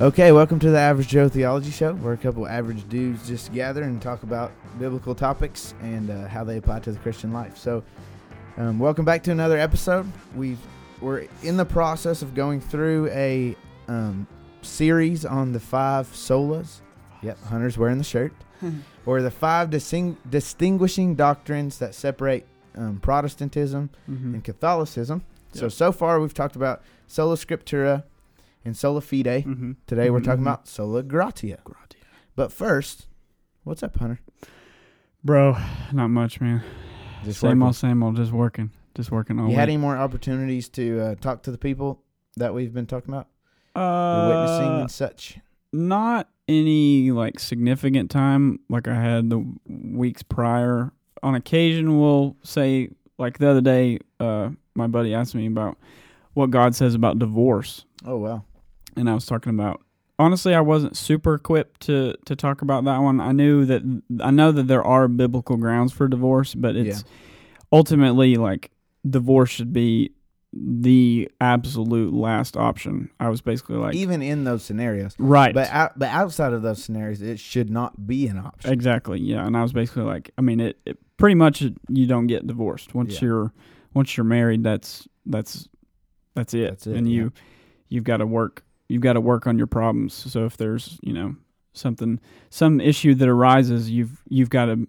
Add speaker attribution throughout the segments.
Speaker 1: Okay, welcome to the Average Joe Theology Show, where a couple average dudes just gather and talk about biblical topics and uh, how they apply to the Christian life. So, um, welcome back to another episode. We've we're in the process of going through a um, series on the five solas. Yep, Hunter's wearing the shirt, or the five disting- distinguishing doctrines that separate um, Protestantism
Speaker 2: Mm-hmm.
Speaker 1: and Catholicism. So
Speaker 2: Yep.
Speaker 1: so far we've talked about sola scriptura and sola fide.
Speaker 2: Mm-hmm.
Speaker 1: Today we're talking about sola gratia. But first, what's up, Hunter?
Speaker 2: Bro, not much, man.
Speaker 1: Just
Speaker 2: same
Speaker 1: working.
Speaker 2: old, same old. Just working, just working all
Speaker 1: You had
Speaker 2: week.
Speaker 1: any more opportunities to uh, talk to the people that we've been talking about,
Speaker 2: uh,
Speaker 1: You're witnessing and such?
Speaker 2: Not any like significant time like I had the weeks prior. On occasion, we'll say like the other day, uh, my buddy asked me about what God says about divorce,
Speaker 1: Oh wow,
Speaker 2: and I was talking about. Honestly, I wasn't super equipped to to talk about that one. I knew that I know that there are biblical grounds for divorce, but it's ultimately like divorce should be the absolute last option. I was basically like
Speaker 1: even in those scenarios.
Speaker 2: right.
Speaker 1: But out, but outside of those scenarios, it should not be an option.
Speaker 2: exactly. Yeah, and I was basically like I mean it, it pretty much you don't get divorced once
Speaker 1: Yeah.
Speaker 2: you're once you're married that's that's that's it.
Speaker 1: That's it,
Speaker 2: and
Speaker 1: yeah.
Speaker 2: you you've got to work you've got to work on your problems. So if there's, you know, something some issue that arises, you've you've got to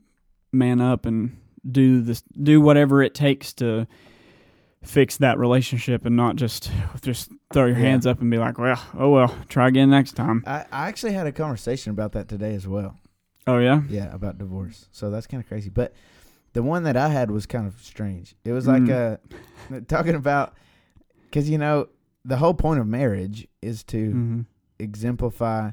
Speaker 2: man up and do this do whatever it takes to fix that relationship and not just just throw your
Speaker 1: Yeah.
Speaker 2: hands up and be like, well, oh well, try again next time.
Speaker 1: I, I actually had a conversation about that today as well.
Speaker 2: Oh yeah.
Speaker 1: Yeah, about divorce. So that's kind of crazy. But the one that I had was kind of strange. It was like
Speaker 2: Mm.
Speaker 1: uh talking about because you know the whole point of marriage is to
Speaker 2: Mm-hmm.
Speaker 1: exemplify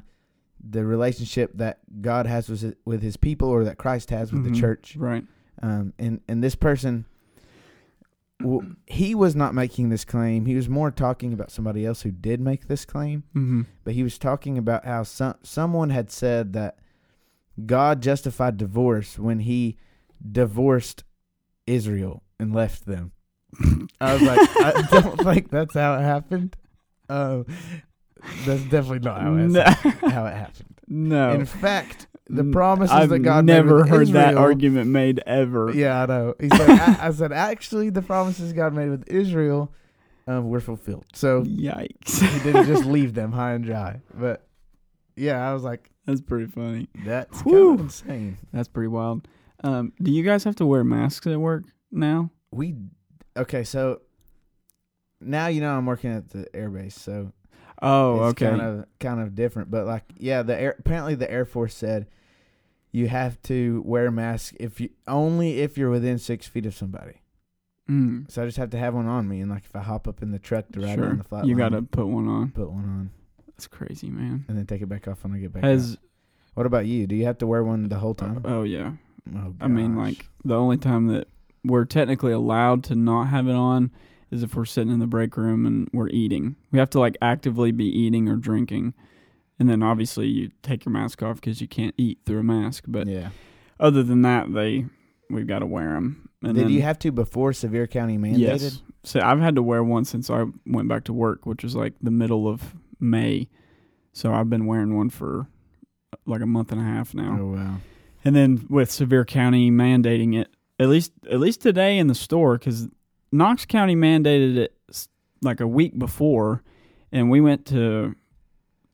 Speaker 1: the relationship that God has with his, with His people or that Christ has with
Speaker 2: Mhm.
Speaker 1: the church.
Speaker 2: Right.
Speaker 1: Um, and and this person, w he was not making this claim. He was more talking about somebody else who did make this claim
Speaker 2: Mm-hmm.
Speaker 1: but he was talking about how some someone had said that God justified divorce when he divorced Israel and left them. I was like, I don't think that's how it happened. Um, that's definitely not how it, how it happened.
Speaker 2: no.
Speaker 1: In fact, the
Speaker 2: Oh. N-
Speaker 1: promises
Speaker 2: I've
Speaker 1: that God made
Speaker 2: never
Speaker 1: with
Speaker 2: heard that
Speaker 1: Israel-
Speaker 2: argument made ever.
Speaker 1: Yeah, I know. He said, I, I said, actually, the promises God made with Israel um, were fulfilled. So
Speaker 2: Yikes.
Speaker 1: he didn't just leave them high and dry. But yeah, I was like,
Speaker 2: That's pretty funny.
Speaker 1: That's
Speaker 2: Whew.
Speaker 1: kind of insane.
Speaker 2: That's pretty wild. Um, do you guys have to wear masks at work now?
Speaker 1: We okay, so now you know I'm working at the airbase, so
Speaker 2: Oh,
Speaker 1: it's
Speaker 2: okay.
Speaker 1: kind of kind of different. But like, yeah, the air, apparently the Air Force said you have to wear a mask if you only if you're within six feet of somebody.
Speaker 2: Mm,
Speaker 1: So I just have to have one on me, and like if I hop up in the truck to ride
Speaker 2: sure.
Speaker 1: down the flight,
Speaker 2: you
Speaker 1: line,
Speaker 2: gotta put one on.
Speaker 1: put one on
Speaker 2: That's crazy, man.
Speaker 1: and then take it back off when I get back. out.
Speaker 2: Has
Speaker 1: What about you? Do you have to wear one the whole time?
Speaker 2: oh yeah.
Speaker 1: oh,
Speaker 2: I mean,
Speaker 1: gosh.
Speaker 2: like the only time that we're technically allowed to not have it on is if we're sitting in the break room and we're eating. We have to like actively be eating or drinking, and then obviously you take your mask off because you can't eat through a mask. But
Speaker 1: yeah.
Speaker 2: other than that, they we've got to wear them. And
Speaker 1: Did
Speaker 2: then,
Speaker 1: you have to before Sevier County mandated?
Speaker 2: Yes. So I've had to wear one since I went back to work, which was like the middle of May. So I've been wearing one for like a month and a half now.
Speaker 1: Oh wow.
Speaker 2: And then with Sevier County mandating it, at least at least today in the store, because Knox County mandated it s- like a week before, and we went to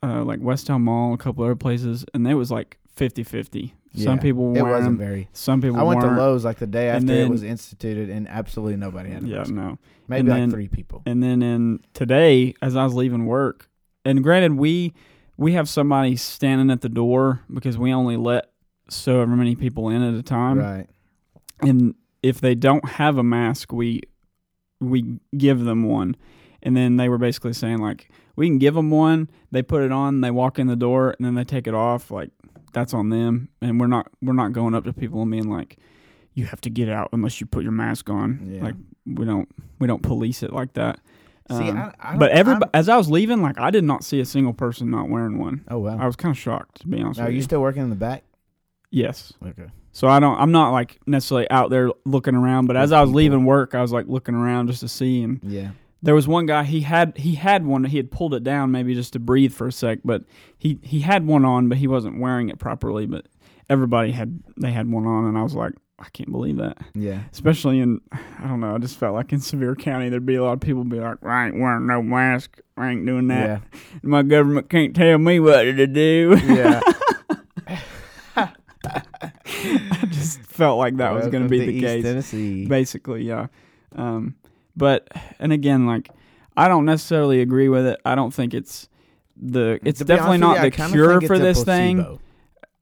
Speaker 2: uh, like Westtown Mall, a couple other places, and it was like 50-50. Some
Speaker 1: Yeah.
Speaker 2: people
Speaker 1: It
Speaker 2: were
Speaker 1: wasn't very.
Speaker 2: Some people
Speaker 1: I went to
Speaker 2: weren't.
Speaker 1: Lowe's like the day
Speaker 2: And
Speaker 1: after it
Speaker 2: then-
Speaker 1: was instituted, and absolutely nobody had. a
Speaker 2: Yeah,
Speaker 1: mask.
Speaker 2: no.
Speaker 1: maybe
Speaker 2: and
Speaker 1: like
Speaker 2: then-
Speaker 1: three people.
Speaker 2: And then in today, as I was leaving work, and granted we we have somebody standing at the door because we only let so ever many people in at a time.
Speaker 1: right.
Speaker 2: And if they don't have a mask, we we give them one. And then they were basically saying like, we can give them one. They put it on, they walk in the door, and then they take it off. Like that's on them. And we're not we're not going up to people and being like, you have to get out unless you put your mask on.
Speaker 1: Yeah.
Speaker 2: Like we don't we don't police it like that.
Speaker 1: See,
Speaker 2: Um,
Speaker 1: I, I don't,
Speaker 2: but everybody,
Speaker 1: I'm-
Speaker 2: as I was leaving, like I did not see a single person not wearing one.
Speaker 1: oh
Speaker 2: I
Speaker 1: wow.
Speaker 2: was kind of shocked, to be honest.
Speaker 1: Now, are
Speaker 2: with
Speaker 1: you still working in the back?
Speaker 2: yes.
Speaker 1: Okay.
Speaker 2: So I don't. I'm not like necessarily out there looking around. But as
Speaker 1: With
Speaker 2: I was
Speaker 1: people.
Speaker 2: leaving work, I was like looking around just to see. And
Speaker 1: Yeah.
Speaker 2: there was one guy. He had he had one. He had pulled it down maybe just to breathe for a sec. But he he had one on, but he wasn't wearing it properly. But everybody had they had one on, and I was like, I can't believe that.
Speaker 1: Yeah.
Speaker 2: Especially in I don't know. I just felt like in Sevier County, there'd be a lot of people be like, I ain't wearing no mask. I ain't doing that.
Speaker 1: Yeah.
Speaker 2: My government can't tell me what to do.
Speaker 1: Yeah.
Speaker 2: I just felt like that was going
Speaker 1: Welcome
Speaker 2: to be
Speaker 1: to
Speaker 2: the
Speaker 1: East
Speaker 2: case.
Speaker 1: Tennessee.
Speaker 2: basically yeah um but and again like i don't necessarily agree with it i don't think it's the it's
Speaker 1: Mm, To be honest
Speaker 2: definitely not
Speaker 1: with you, I
Speaker 2: the
Speaker 1: kinda
Speaker 2: cure
Speaker 1: think it's
Speaker 2: for
Speaker 1: a
Speaker 2: this thing
Speaker 1: placebo.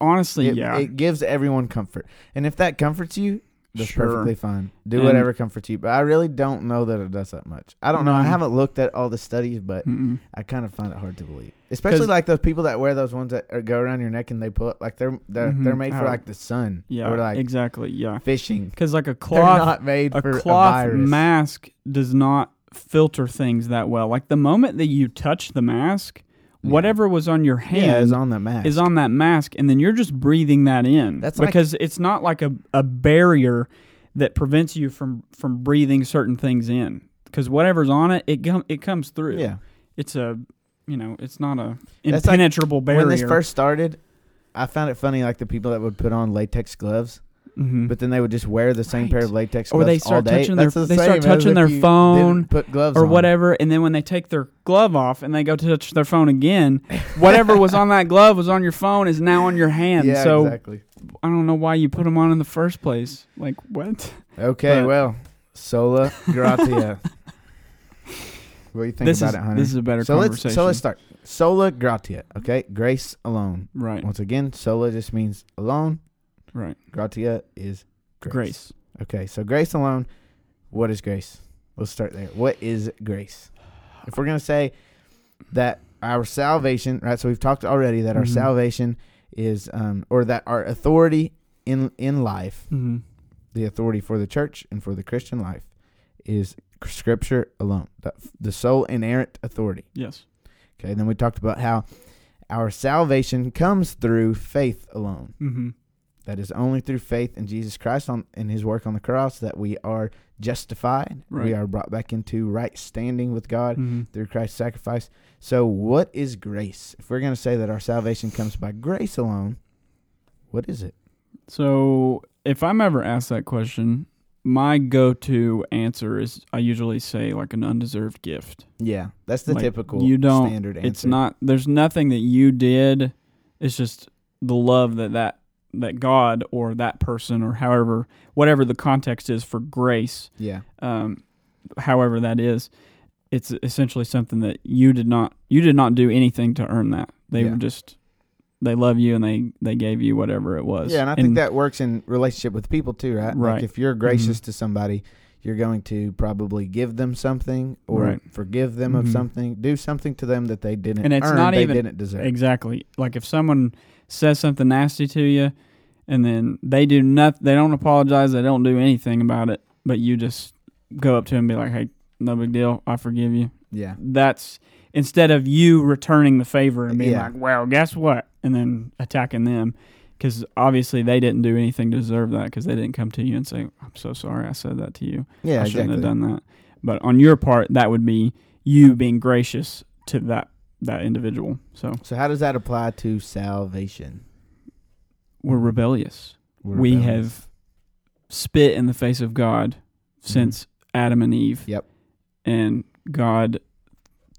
Speaker 2: honestly
Speaker 1: It,
Speaker 2: yeah
Speaker 1: it gives everyone comfort, and if that comforts you, that's
Speaker 2: Sure.
Speaker 1: perfectly fine. Do
Speaker 2: And-
Speaker 1: whatever comforts you. But I really don't know that it does that much. I don't know. I
Speaker 2: No.
Speaker 1: haven't looked at all the studies, but
Speaker 2: Mm-mm.
Speaker 1: I kind of find it hard to believe. Especially
Speaker 2: 'Cause-
Speaker 1: like those people that wear those ones that are, go around your neck and they put like they're they're,
Speaker 2: Mhm.
Speaker 1: they're made for
Speaker 2: Oh.
Speaker 1: like the sun
Speaker 2: yeah
Speaker 1: or like
Speaker 2: exactly yeah
Speaker 1: fishing.
Speaker 2: because like
Speaker 1: They're
Speaker 2: a cloth
Speaker 1: not made
Speaker 2: a
Speaker 1: for a
Speaker 2: cloth
Speaker 1: virus.
Speaker 2: mask does not filter things that well like the moment that you touch the mask
Speaker 1: Yeah.
Speaker 2: whatever was on your hand
Speaker 1: yeah, is on the mask.
Speaker 2: is on that mask, and then you're just breathing that in.
Speaker 1: That's like-
Speaker 2: because it's not like a, a barrier that prevents you from from breathing certain things in. Because whatever's on it, it com- it comes through.
Speaker 1: yeah.
Speaker 2: it's a you know, it's not a
Speaker 1: That's like
Speaker 2: impenetrable barrier.
Speaker 1: When this first started, I found it funny like the people that would put on latex gloves,
Speaker 2: Mhm.
Speaker 1: but then they would just wear the same
Speaker 2: Right.
Speaker 1: pair of latex
Speaker 2: Or
Speaker 1: gloves
Speaker 2: they
Speaker 1: all
Speaker 2: start
Speaker 1: day.
Speaker 2: touching their-
Speaker 1: That's the
Speaker 2: they
Speaker 1: same
Speaker 2: start
Speaker 1: as
Speaker 2: touching
Speaker 1: if
Speaker 2: their
Speaker 1: you didn't
Speaker 2: phone
Speaker 1: put gloves
Speaker 2: or
Speaker 1: on.
Speaker 2: whatever, and then when they take their glove off and they go to touch their phone again, whatever was on that glove was on your phone is now on your hand.
Speaker 1: Yeah,
Speaker 2: so
Speaker 1: exactly.
Speaker 2: I don't know why you put them on in the first place. Like what?
Speaker 1: Okay,
Speaker 2: But-
Speaker 1: well, sola gratia. what do you think
Speaker 2: this
Speaker 1: about
Speaker 2: is
Speaker 1: it, Hunter?
Speaker 2: this is a better
Speaker 1: so let's
Speaker 2: conversation.
Speaker 1: so let's start. Sola gratia. Okay, grace alone.
Speaker 2: right,
Speaker 1: Once again, sola just means alone.
Speaker 2: right,
Speaker 1: Gratia is grace.
Speaker 2: grace.
Speaker 1: Okay, so grace alone. What is grace? Let's start there. What is grace? If we're gonna say that our salvation, right? So we've talked already that our
Speaker 2: Mhm.
Speaker 1: salvation is, um, or that our authority in in life
Speaker 2: Mm-hmm.
Speaker 1: the authority for the church and for the Christian life is Scripture alone, the, the sole inerrant authority.
Speaker 2: Yes,
Speaker 1: Okay, then we talked about how our salvation comes through faith alone.
Speaker 2: mm-hmm.
Speaker 1: That is only through faith in Jesus Christ on in His work on the cross that we are justified. We
Speaker 2: Right.
Speaker 1: are brought back into right standing with God
Speaker 2: Mm-hmm.
Speaker 1: through Christ's sacrifice. So, what is grace? If we're going to say that our salvation comes by grace alone, what is it?
Speaker 2: So if I'm ever asked that question, my go-to answer is I usually say like an undeserved gift.
Speaker 1: Yeah, that's the
Speaker 2: Like,
Speaker 1: typical
Speaker 2: you don't-
Speaker 1: standard answer.
Speaker 2: It's not. There's nothing that you did. It's just the love that that that God or that person or however whatever the context is for grace
Speaker 1: Yeah.
Speaker 2: um, however that is, it's essentially something that you did not you did not do anything to earn that. They
Speaker 1: Yeah.
Speaker 2: were just they love you and they they gave you whatever it was.
Speaker 1: Yeah, and I think that works in relationship with people too, right? Mm-hmm. Like
Speaker 2: Right.
Speaker 1: if you're gracious to somebody, you're going to probably give them something or
Speaker 2: Right.
Speaker 1: forgive them of
Speaker 2: Mhm.
Speaker 1: something, do something to them that they didn't
Speaker 2: And it's
Speaker 1: earn,
Speaker 2: not
Speaker 1: they
Speaker 2: even-
Speaker 1: didn't deserve.
Speaker 2: exactly like if someone says something nasty to you, and then they do nothing, they don't apologize, they don't do anything about it, but you just go up to them and be like, "Hey, no big deal, I forgive you."
Speaker 1: yeah.
Speaker 2: That's instead of you returning the favor and being
Speaker 1: Yeah.
Speaker 2: like, "Well, guess what?" and then attacking them because obviously they didn't do anything to deserve that because they didn't come to you and say, "I'm so sorry, I said that to you.
Speaker 1: Yeah,
Speaker 2: I shouldn't
Speaker 1: exactly.
Speaker 2: have done that." But on your part, that would be you being gracious to that that individual. So
Speaker 1: So how does that apply to salvation?
Speaker 2: we're rebellious.
Speaker 1: We're
Speaker 2: we
Speaker 1: rebellious.
Speaker 2: have spit in the face of God since Adam and Eve.
Speaker 1: Mm-hmm. Yep.
Speaker 2: And God,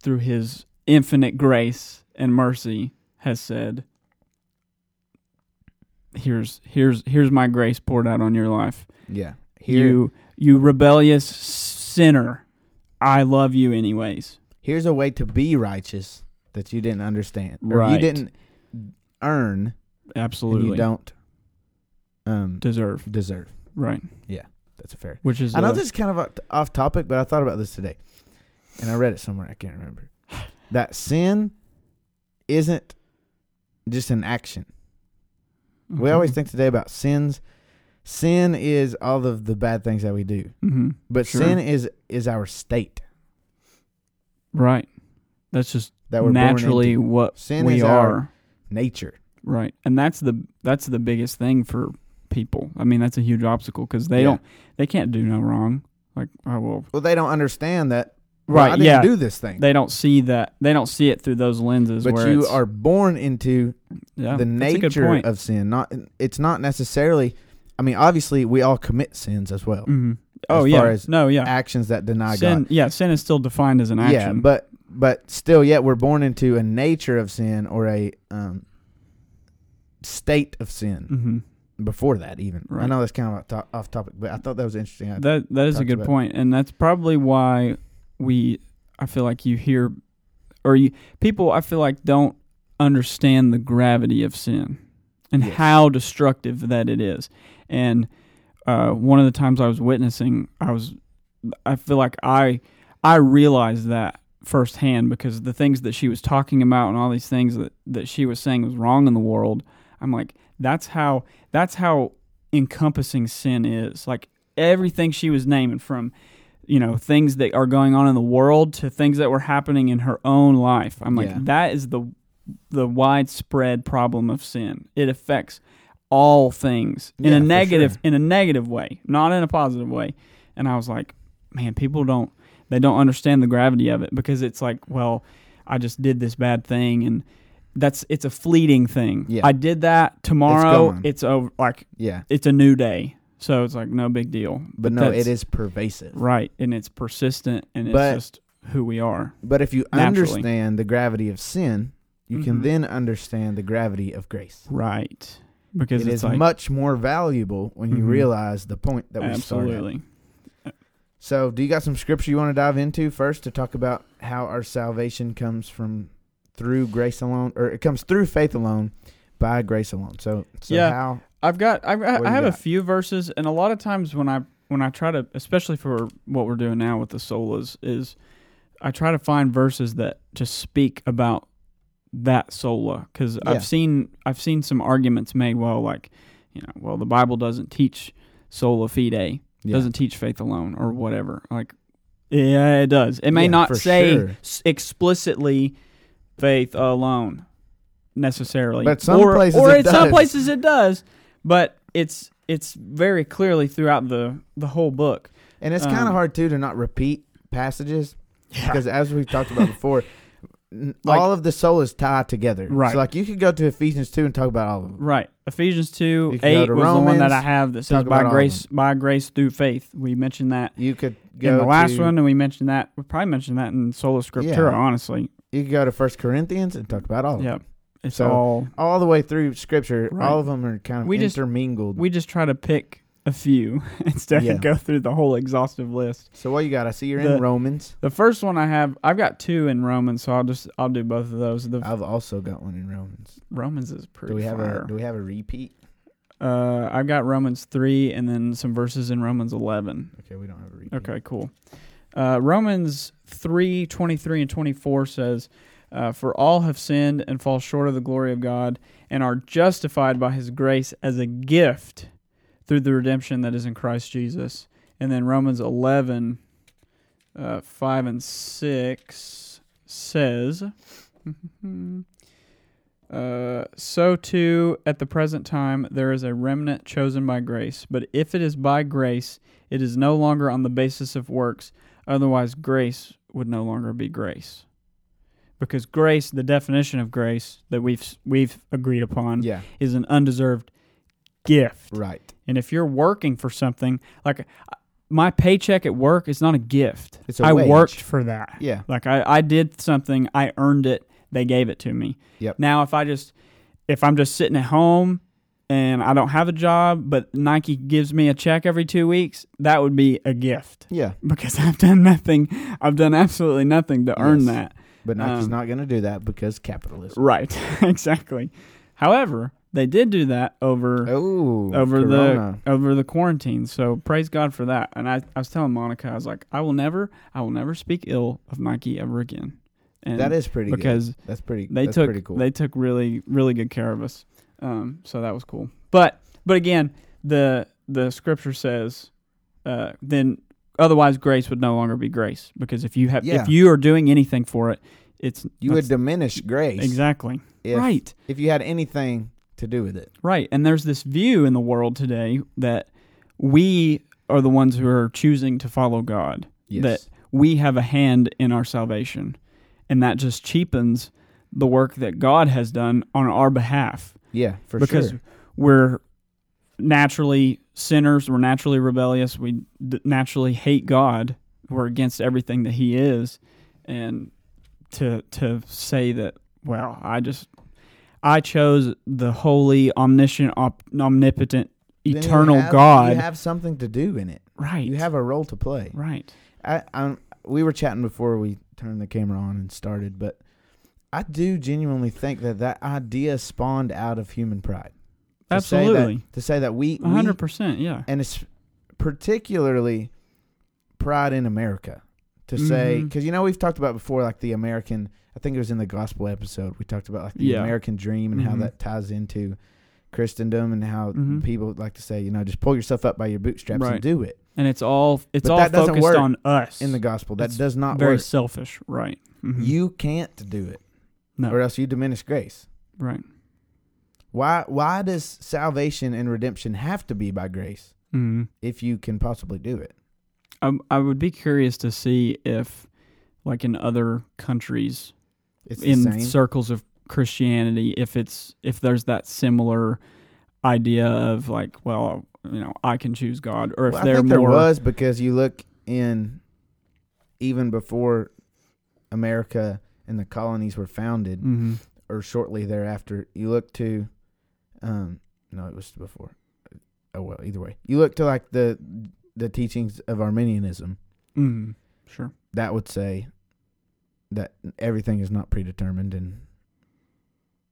Speaker 2: through His infinite grace and mercy, has said, "Here's here's here's my grace poured out on your life.
Speaker 1: Yeah. Here
Speaker 2: You you rebellious sinner, I love you anyways."
Speaker 1: here's a way to be righteous that you didn't understand. or You
Speaker 2: Right.
Speaker 1: didn't earn and
Speaker 2: Absolutely.
Speaker 1: you don't um
Speaker 2: deserve
Speaker 1: deserve.
Speaker 2: right,
Speaker 1: That's a fair
Speaker 2: which is
Speaker 1: I know
Speaker 2: uh,
Speaker 1: this is kind of off- off topic, but I thought about this today, and I read it somewhere. I can't remember that sin
Speaker 2: Mm-hmm.
Speaker 1: isn't just an action. We always think today about sins sin is all of the bad things that we do,
Speaker 2: Mm-hmm.
Speaker 1: but
Speaker 2: Sure.
Speaker 1: sin is is our state
Speaker 2: Right. That's just
Speaker 1: that we're
Speaker 2: naturally
Speaker 1: born into.
Speaker 2: what
Speaker 1: Sin
Speaker 2: we
Speaker 1: is
Speaker 2: are.
Speaker 1: our nature.
Speaker 2: Right. And that's the that's the biggest thing for people. I mean, that's a huge obstacle because they
Speaker 1: Yeah.
Speaker 2: don't they can't do no wrong. Like, oh well,
Speaker 1: Well, they don't understand that. well,
Speaker 2: Right,
Speaker 1: I didn't
Speaker 2: yeah.
Speaker 1: do this thing.
Speaker 2: they don't see that they don't see it through those lenses.
Speaker 1: but
Speaker 2: where
Speaker 1: you
Speaker 2: it's-
Speaker 1: are born into
Speaker 2: yeah,
Speaker 1: the
Speaker 2: that's a good
Speaker 1: nature
Speaker 2: point.
Speaker 1: of sin. Not it's not necessarily. I mean, obviously, we all commit sins as well,
Speaker 2: Mhm. Oh yeah.
Speaker 1: far as
Speaker 2: no yeah.
Speaker 1: actions that deny
Speaker 2: sin
Speaker 1: God.
Speaker 2: yeah sin is still defined as an action.
Speaker 1: Yeah, but but still, yet we're born into a nature of sin or a um, state of sin
Speaker 2: hmm
Speaker 1: before that. Even I
Speaker 2: Right.
Speaker 1: know that's kind of off to- off topic, but I thought that was interesting. I-
Speaker 2: that that is a
Speaker 1: talked
Speaker 2: good
Speaker 1: about.
Speaker 2: point, and that's probably why we. I feel like you hear, or you people. I feel like don't understand the gravity of sin and
Speaker 1: Yes.
Speaker 2: how destructive that it is. And uh, one of the times I was witnessing, I was. I feel like I I realized that firsthand because the things that she was talking about and all these things that that she was saying was wrong in the world. I'm like, that's how that's how encompassing sin is. Like everything she was naming from you know things that are going on in the world to things that were happening in her own life i'm like
Speaker 1: Yeah.
Speaker 2: that is the the widespread problem of sin it affects all things in
Speaker 1: Yeah,
Speaker 2: a
Speaker 1: for
Speaker 2: negative
Speaker 1: sure.
Speaker 2: in a negative way not in a positive way and i was like man people don't they don't understand the gravity of it because it's like well i just did this bad thing and that's it's a fleeting thing
Speaker 1: Yeah.
Speaker 2: i did that tomorrow
Speaker 1: gone.
Speaker 2: it's over like
Speaker 1: yeah,
Speaker 2: it's a new day so it's like no big deal
Speaker 1: but no,
Speaker 2: that's-
Speaker 1: it is pervasive.
Speaker 2: Right, and it's persistent, and it's
Speaker 1: But-
Speaker 2: just who we are.
Speaker 1: But if you
Speaker 2: Naturally.
Speaker 1: understand the gravity of sin, you can
Speaker 2: Mhm.
Speaker 1: then understand the gravity of grace.
Speaker 2: Right, because
Speaker 1: It
Speaker 2: it's
Speaker 1: is
Speaker 2: like
Speaker 1: much more valuable when you
Speaker 2: Mhm.
Speaker 1: realize the point that we started.
Speaker 2: absolutely.
Speaker 1: So, do you got some scripture you want to dive into first to talk about how our salvation comes from through grace alone, or it comes through faith alone by grace alone? So, so
Speaker 2: Yeah.
Speaker 1: how?
Speaker 2: I've got I've,
Speaker 1: What
Speaker 2: I,
Speaker 1: do
Speaker 2: I
Speaker 1: you
Speaker 2: have a
Speaker 1: got?
Speaker 2: few verses, and a lot of times when I when I try to, especially for what we're doing now with the solas, is I try to find verses that just speak about that sola because
Speaker 1: Yeah.
Speaker 2: I've seen I've seen some arguments made. Well, like you know, well the Bible doesn't teach sola fide,
Speaker 1: Yeah.
Speaker 2: doesn't teach faith alone or whatever. Like, yeah, it does. It may
Speaker 1: Yeah, for
Speaker 2: not say
Speaker 1: sure.
Speaker 2: s- explicitly faith alone necessarily,
Speaker 1: But some
Speaker 2: or,
Speaker 1: places
Speaker 2: or
Speaker 1: it
Speaker 2: in some
Speaker 1: does.
Speaker 2: places it does. But it's it's very clearly throughout the the whole book.
Speaker 1: and it's kind of
Speaker 2: um,
Speaker 1: hard too to not repeat passages because, as we've talked about before, n
Speaker 2: Like-
Speaker 1: all of the soul is tied together.
Speaker 2: Right.
Speaker 1: So, like you could go to Ephesians two and talk about all of them.
Speaker 2: Right. Ephesians two
Speaker 1: You can go
Speaker 2: eight
Speaker 1: to
Speaker 2: was the one that I
Speaker 1: Romans,
Speaker 2: have that
Speaker 1: talk
Speaker 2: says
Speaker 1: about um,
Speaker 2: by
Speaker 1: all of
Speaker 2: grace by grace through faith. We mentioned that
Speaker 1: You could go
Speaker 2: in the last
Speaker 1: to,
Speaker 2: one, and we mentioned that we probably mentioned that in Sola Scriptura.
Speaker 1: Yeah.
Speaker 2: Honestly,
Speaker 1: You could go to First Corinthians and talk about all. Of them.
Speaker 2: yeah, it's
Speaker 1: So,
Speaker 2: all
Speaker 1: All the way through Scripture,
Speaker 2: Right.
Speaker 1: all of them are kind of
Speaker 2: We just-
Speaker 1: intermingled.
Speaker 2: we just try to pick a few instead
Speaker 1: Yeah.
Speaker 2: of go through the whole exhaustive list.
Speaker 1: so, what you got? I see you're
Speaker 2: The-
Speaker 1: in Romans.
Speaker 2: The first one I have, I've got two in Romans, so I'll just I'll do both of those. The
Speaker 1: I've also got one in Romans.
Speaker 2: Romans is pretty.
Speaker 1: Uh, Do we have
Speaker 2: fire.
Speaker 1: a Do we have a repeat?
Speaker 2: uh, I've got Romans three, and then some verses in Romans eleven.
Speaker 1: Okay, we don't have a repeat.
Speaker 2: Okay, cool. Uh, Romans 3 23 and 24 says, uh, For all have sinned and fall short of the glory of God, and are justified by his grace as a gift through the redemption that is in Christ Jesus. And then Romans 11 uh, 5 and 6 says, Uh, so too, at the present time, there is a remnant chosen by grace. But if it is by grace, it is no longer on the basis of works. Otherwise, grace would no longer be grace. Because grace, the definition of grace that we've we've agreed upon,
Speaker 1: Yeah,
Speaker 2: is an undeserved gift.
Speaker 1: right.
Speaker 2: And if you're working for something, like uh, my paycheck at work is not a gift.
Speaker 1: It's a
Speaker 2: I
Speaker 1: wage.
Speaker 2: worked for that.
Speaker 1: Yeah,
Speaker 2: Like I, I did something, I earned it, they gave it to me.
Speaker 1: Yep.
Speaker 2: Now if I just if I'm just sitting at home and I don't have a job, but Nike gives me a check every two weeks, that would be a gift.
Speaker 1: yeah.
Speaker 2: Because I've done nothing I've done absolutely nothing to earn
Speaker 1: Yes.
Speaker 2: that.
Speaker 1: But Nike's
Speaker 2: Um,
Speaker 1: not going to do that because capitalism.
Speaker 2: Right. exactly. However, they did do that over
Speaker 1: Oh,
Speaker 2: over
Speaker 1: corona.
Speaker 2: the over the quarantine. So praise God for that. And I, I was telling Monica, I was like, I will never I will never speak ill of Nike ever again. And
Speaker 1: that is pretty good.
Speaker 2: because
Speaker 1: That's pretty.
Speaker 2: they
Speaker 1: that's
Speaker 2: took
Speaker 1: pretty cool.
Speaker 2: they took really really good care of us. Um, so that was cool. But but again, the the scripture says, uh, then otherwise grace would no longer be grace because if you have
Speaker 1: Yeah.
Speaker 2: if you are doing anything for it, it's
Speaker 1: You would
Speaker 2: that's-
Speaker 1: diminish grace
Speaker 2: exactly
Speaker 1: if,
Speaker 2: right.
Speaker 1: if you had anything to do with it.
Speaker 2: Right. And there's this view in the world today that we are the ones who are choosing to follow God,
Speaker 1: Yes.
Speaker 2: that we have a hand in our salvation. And that just cheapens the work that God has done on our behalf
Speaker 1: yeah, for
Speaker 2: because
Speaker 1: sure.
Speaker 2: we're naturally sinners, we're naturally rebellious, we d- naturally hate God, we're against everything that he is. And to to say that, well, I just I chose the holy, omniscient, op, omnipotent,
Speaker 1: Then you
Speaker 2: eternal
Speaker 1: have-
Speaker 2: God.
Speaker 1: You have something to do in it.
Speaker 2: right.
Speaker 1: You have a role to play.
Speaker 2: right.
Speaker 1: I, i we were chatting before we turned the camera on and started, but I do genuinely think that that idea spawned out of human pride. To say that-
Speaker 2: Absolutely.
Speaker 1: to say that we,
Speaker 2: A
Speaker 1: we
Speaker 2: 100%, yeah.
Speaker 1: and it's particularly pride in America to say
Speaker 2: Mhm.
Speaker 1: because you know we've talked about before like the American I think it was in the gospel episode we talked about like the
Speaker 2: Yeah.
Speaker 1: American dream and how
Speaker 2: Mhm.
Speaker 1: that ties into Christendom and how
Speaker 2: Mhm.
Speaker 1: people like to say you know just pull yourself up by your bootstraps
Speaker 2: Right.
Speaker 1: and do it
Speaker 2: And it's all it's
Speaker 1: But
Speaker 2: all
Speaker 1: that doesn't
Speaker 2: focused
Speaker 1: work
Speaker 2: on us.
Speaker 1: in the gospel that
Speaker 2: It's
Speaker 1: does not
Speaker 2: very
Speaker 1: work
Speaker 2: selfish, right. Mhm.
Speaker 1: you can't do it
Speaker 2: No.
Speaker 1: or else you diminish grace
Speaker 2: right.
Speaker 1: why why does salvation and redemption have to be by grace
Speaker 2: Mhm.
Speaker 1: if you can possibly do it
Speaker 2: I, I would be curious to see if, like in other countries,
Speaker 1: it's the
Speaker 2: in
Speaker 1: same
Speaker 2: circles of Christianity, if it's if there's that similar idea of like, well, you know, I can choose God, or if
Speaker 1: Well, I
Speaker 2: they're
Speaker 1: think
Speaker 2: more
Speaker 1: there was because you look in even before America and the colonies were founded,
Speaker 2: Mhm.
Speaker 1: or shortly thereafter. You look to, um, no, it was before. Oh well, either way, you look to like the the teachings of Arminianism
Speaker 2: Mhm. sure,
Speaker 1: that would say that everything is not predetermined and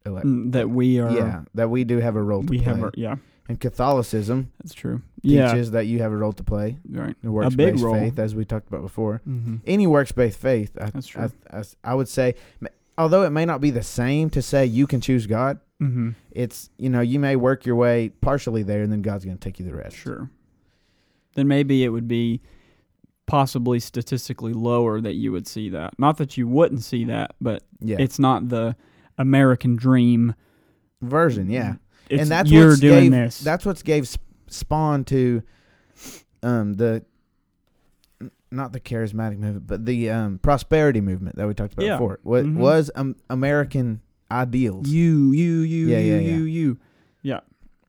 Speaker 1: elect-
Speaker 2: Mm, that we are,
Speaker 1: yeah, that we do have a role to
Speaker 2: we
Speaker 1: play.
Speaker 2: have, our, yeah,
Speaker 1: and Catholicism
Speaker 2: that's true, yeah,
Speaker 1: teaches that you have a role to play.
Speaker 2: right,
Speaker 1: The works
Speaker 2: big
Speaker 1: based
Speaker 2: role.
Speaker 1: faith, as we talked about before.
Speaker 2: hmm
Speaker 1: any works based faith, I,
Speaker 2: that's true,
Speaker 1: I, I, I would say, m- although it may not be the same to say you can choose God,
Speaker 2: hmm
Speaker 1: it's, you know, you may work your way partially there and then God's going to take you the rest.
Speaker 2: sure. Then maybe it would be possibly statistically lower that you would see that. Not that you wouldn't see that, but
Speaker 1: Yeah.
Speaker 2: It's not the American dream. Mm-hmm.
Speaker 1: Version, yeah.
Speaker 2: It's,
Speaker 1: and that's
Speaker 2: you're
Speaker 1: what's
Speaker 2: doing
Speaker 1: gave,
Speaker 2: this.
Speaker 1: That's what's gave sp- spawn to um the n- not the charismatic movement, but the um, prosperity movement that we talked about
Speaker 2: Yeah.
Speaker 1: before. What
Speaker 2: Mhm.
Speaker 1: was um, American ideals?
Speaker 2: you, you, you,
Speaker 1: Yeah,
Speaker 2: you,
Speaker 1: yeah, yeah.
Speaker 2: you, you.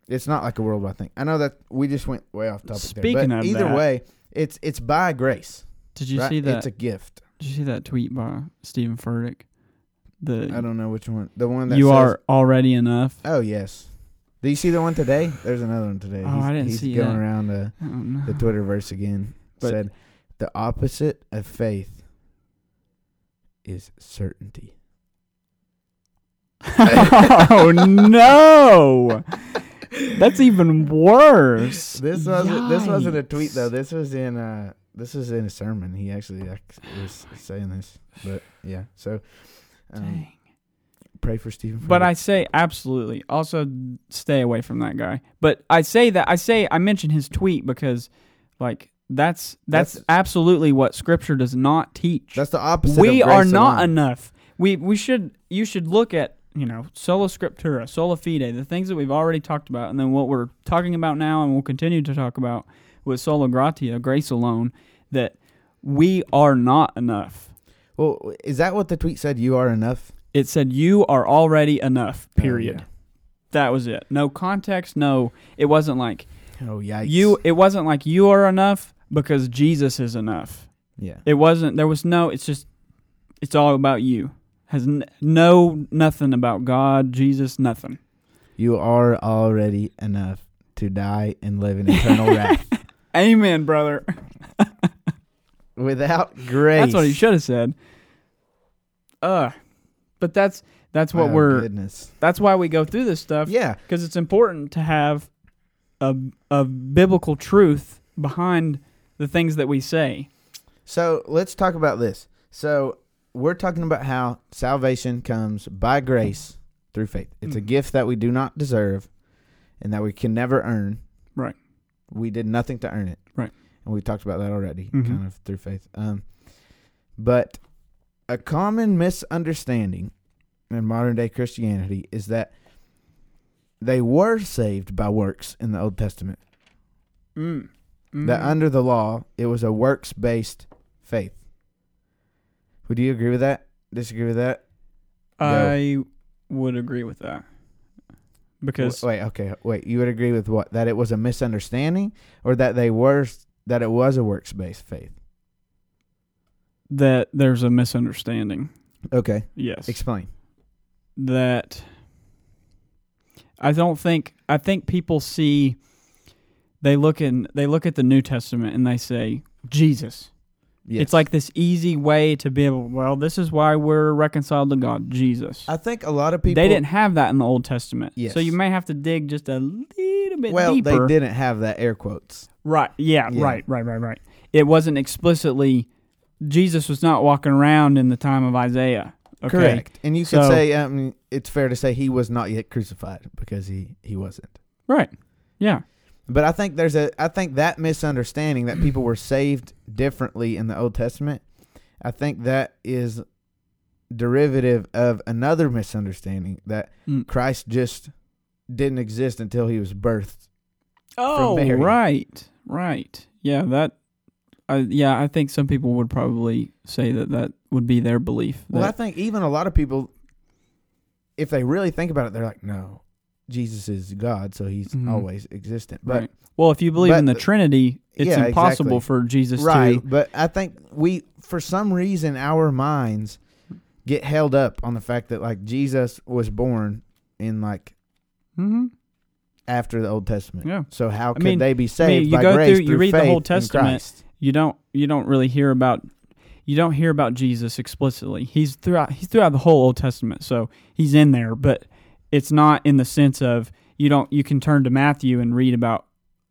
Speaker 1: It's not like a worldwide thing. I know that we just went way off topic. there,
Speaker 2: Speaking
Speaker 1: but
Speaker 2: of
Speaker 1: either
Speaker 2: that-
Speaker 1: way, it's it's by grace.
Speaker 2: Did you
Speaker 1: Right?
Speaker 2: see that?
Speaker 1: It's a gift.
Speaker 2: did you see that tweet by Stephen Furtick?
Speaker 1: I
Speaker 2: The
Speaker 1: don't know which one. The one that
Speaker 2: Uh, you
Speaker 1: says-
Speaker 2: are already enough.
Speaker 1: Oh yes. Do you see the one today? There's another one today.
Speaker 2: Oh, I didn't
Speaker 1: he's
Speaker 2: see
Speaker 1: going
Speaker 2: that.
Speaker 1: around uh,
Speaker 2: I don't know.
Speaker 1: the Twitterverse again.
Speaker 2: But-
Speaker 1: said the opposite of faith is certainty.
Speaker 2: oh no, that's even worse.
Speaker 1: This wasn't this wasn't a tweet though.
Speaker 2: Yikes.
Speaker 1: This was in uh this was in a sermon. He actually like, was saying this, but yeah. So um,
Speaker 2: Dang.
Speaker 1: pray for Stephen.
Speaker 2: But
Speaker 1: Furtick.
Speaker 2: I say absolutely. Also, stay away from that guy. But I say that I say I mention his tweet because, like, that's that's,
Speaker 1: That's-
Speaker 2: absolutely what Scripture does not teach.
Speaker 1: that's the opposite.
Speaker 2: We
Speaker 1: of
Speaker 2: are
Speaker 1: grace
Speaker 2: not
Speaker 1: alone.
Speaker 2: enough. We we should you should look at you know sola scriptura, sola fide, the things that we've already talked about, and then what we're talking about now, and we'll continue to talk about with sola gratia, grace alone. That we are not enough.
Speaker 1: Well, is that what the tweet said? You are enough.
Speaker 2: It said you are already enough.
Speaker 1: Oh,
Speaker 2: Period. That was it. No context. No, it wasn't like
Speaker 1: yeah. Oh yikes!
Speaker 2: you. It wasn't like you are enough because Jesus is enough.
Speaker 1: yeah.
Speaker 2: It wasn't. There was no. It's just. It's all about you. Has n- no nothing about God, Jesus, nothing.
Speaker 1: You are already enough to die and live in eternal wrath.
Speaker 2: Amen, brother.
Speaker 1: Without grace.
Speaker 2: That's what he should have said. Uh, but that's that's what
Speaker 1: Oh,
Speaker 2: we're.
Speaker 1: Goodness.
Speaker 2: That's why we go through this stuff.
Speaker 1: Yeah.
Speaker 2: because it's important to have a, a biblical truth behind the things that we say.
Speaker 1: So let's talk about this. So we're talking about how salvation comes by grace through faith. It's a
Speaker 2: Mhm.
Speaker 1: gift that we do not deserve and that we can never earn.
Speaker 2: Right.
Speaker 1: We did nothing to earn it.
Speaker 2: Right.
Speaker 1: And we talked about that already,
Speaker 2: Mhm.
Speaker 1: kind of through faith. Um, but a common misunderstanding in modern day Christianity is that they were saved by works in the Old Testament.
Speaker 2: Mm.
Speaker 1: That
Speaker 2: Mm.
Speaker 1: under the law, it was a works based faith. Would you agree with that? Disagree with that?
Speaker 2: I would agree with that because
Speaker 1: Wait, okay, wait. You would agree with what? That it was a misunderstanding, or that they were that it was a works-based faith?
Speaker 2: that there's a misunderstanding.
Speaker 1: Okay,
Speaker 2: Yes,
Speaker 1: explain.
Speaker 2: that I don't think I think people see they look in they look at the New Testament and they say Jesus.
Speaker 1: Yes.
Speaker 2: It's like this easy way to be able. Well, this is why we're reconciled to God, Jesus.
Speaker 1: I think a lot of people
Speaker 2: they didn't have that in the Old Testament,
Speaker 1: Yes.
Speaker 2: so you may have to dig just a little bit
Speaker 1: Well,
Speaker 2: deeper.
Speaker 1: they didn't have that air quotes.
Speaker 2: Right. Yeah,
Speaker 1: Yeah.
Speaker 2: Right. Right. Right. Right. It wasn't explicitly. Jesus was not walking around in the time of Isaiah. Okay?
Speaker 1: Correct. And you could
Speaker 2: So-
Speaker 1: say um, it's fair to say he was not yet crucified because he he wasn't.
Speaker 2: Right. Yeah.
Speaker 1: But I think there's a I think that misunderstanding that people were saved differently in the Old Testament, I think that is derivative of another misunderstanding that
Speaker 2: Mm.
Speaker 1: Christ just didn't exist until he was birthed.
Speaker 2: Oh,
Speaker 1: Mary.
Speaker 2: right. Right. Yeah. That. I yeah, I think some people would probably say that that would be their belief.
Speaker 1: Well, I
Speaker 2: that-
Speaker 1: think even a lot of people if they really think about it, they're like, No, Jesus is God, so he's
Speaker 2: Mhm.
Speaker 1: always existent. But
Speaker 2: right. well, if you believe
Speaker 1: but
Speaker 2: in the
Speaker 1: the-
Speaker 2: Trinity, it's
Speaker 1: Yeah,
Speaker 2: impossible
Speaker 1: exactly.
Speaker 2: for Jesus
Speaker 1: right
Speaker 2: to.
Speaker 1: but i think we for some reason our minds get held up on the fact that like jesus was born in like
Speaker 2: hmm
Speaker 1: after the old testament
Speaker 2: Yeah.
Speaker 1: so how could
Speaker 2: mean-
Speaker 1: they be saved
Speaker 2: you
Speaker 1: by
Speaker 2: go
Speaker 1: grace
Speaker 2: through- you read the
Speaker 1: faith
Speaker 2: whole
Speaker 1: in
Speaker 2: Testament.
Speaker 1: Christ?
Speaker 2: you don't you don't really hear about you don't hear about Jesus explicitly. He's throughout he's throughout the whole Old Testament, so he's in there, but it's not in the sense of you don't you can turn to Matthew and read about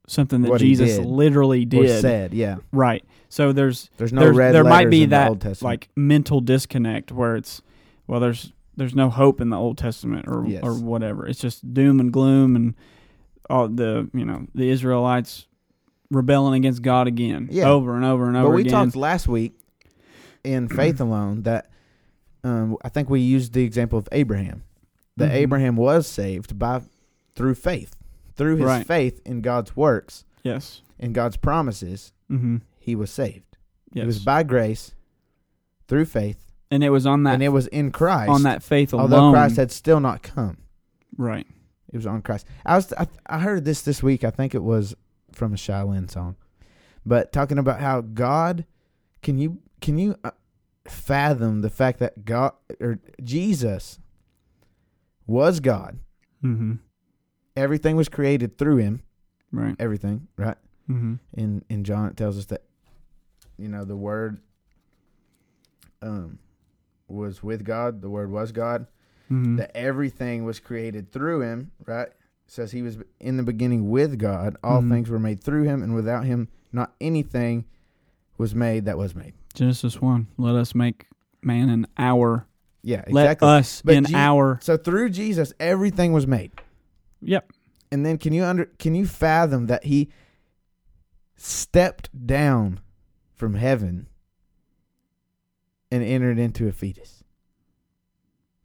Speaker 2: something that
Speaker 1: What he
Speaker 2: Jesus
Speaker 1: did.
Speaker 2: literally
Speaker 1: or
Speaker 2: did.
Speaker 1: said yeah
Speaker 2: Right. So there's
Speaker 1: there's no
Speaker 2: There's-
Speaker 1: red
Speaker 2: there might
Speaker 1: letters
Speaker 2: be
Speaker 1: in
Speaker 2: that,
Speaker 1: the old testament
Speaker 2: like mental disconnect where it's well there's there's no hope in the Old Testament or
Speaker 1: Yes.
Speaker 2: or whatever. It's just doom and gloom and all the you know, the Israelites rebelling against God again
Speaker 1: Yeah.
Speaker 2: over and over and over
Speaker 1: but we
Speaker 2: again.
Speaker 1: talked last week in faith alone that um, i think we used the example of abraham that
Speaker 2: Mhm.
Speaker 1: abraham was saved by through faith through his
Speaker 2: Right.
Speaker 1: faith in god's works
Speaker 2: yes.
Speaker 1: in god's promises
Speaker 2: Mm-hmm.
Speaker 1: he was saved.
Speaker 2: Yes.
Speaker 1: It was by grace through faith,
Speaker 2: and it was on that
Speaker 1: and it was in Christ.
Speaker 2: on that faith alone.
Speaker 1: although Christ had still not come,
Speaker 2: right.
Speaker 1: it was on Christ. I was I, I heard this this week. I think it was from a Shia Lin song, but talking about how God can you can you uh, fathom the fact that God or Jesus was God.
Speaker 2: Mm-hmm.
Speaker 1: Everything was created through Him.
Speaker 2: Right.
Speaker 1: Everything, right?
Speaker 2: Mm-hmm.
Speaker 1: in in John it tells us that you know the word um was with God, the word was God,
Speaker 2: Mm-hmm.
Speaker 1: that everything was created through him, right? It says he was in the beginning with God, all
Speaker 2: Mhm.
Speaker 1: things were made through him and without him not anything was made that was made.
Speaker 2: Genesis one. Let us make man an hour.
Speaker 1: Yeah, exactly.
Speaker 2: Let us
Speaker 1: But
Speaker 2: in
Speaker 1: Je-
Speaker 2: our
Speaker 1: so through Jesus everything was made.
Speaker 2: Yep.
Speaker 1: And then can you under can you fathom that he stepped down from heaven and entered into a fetus?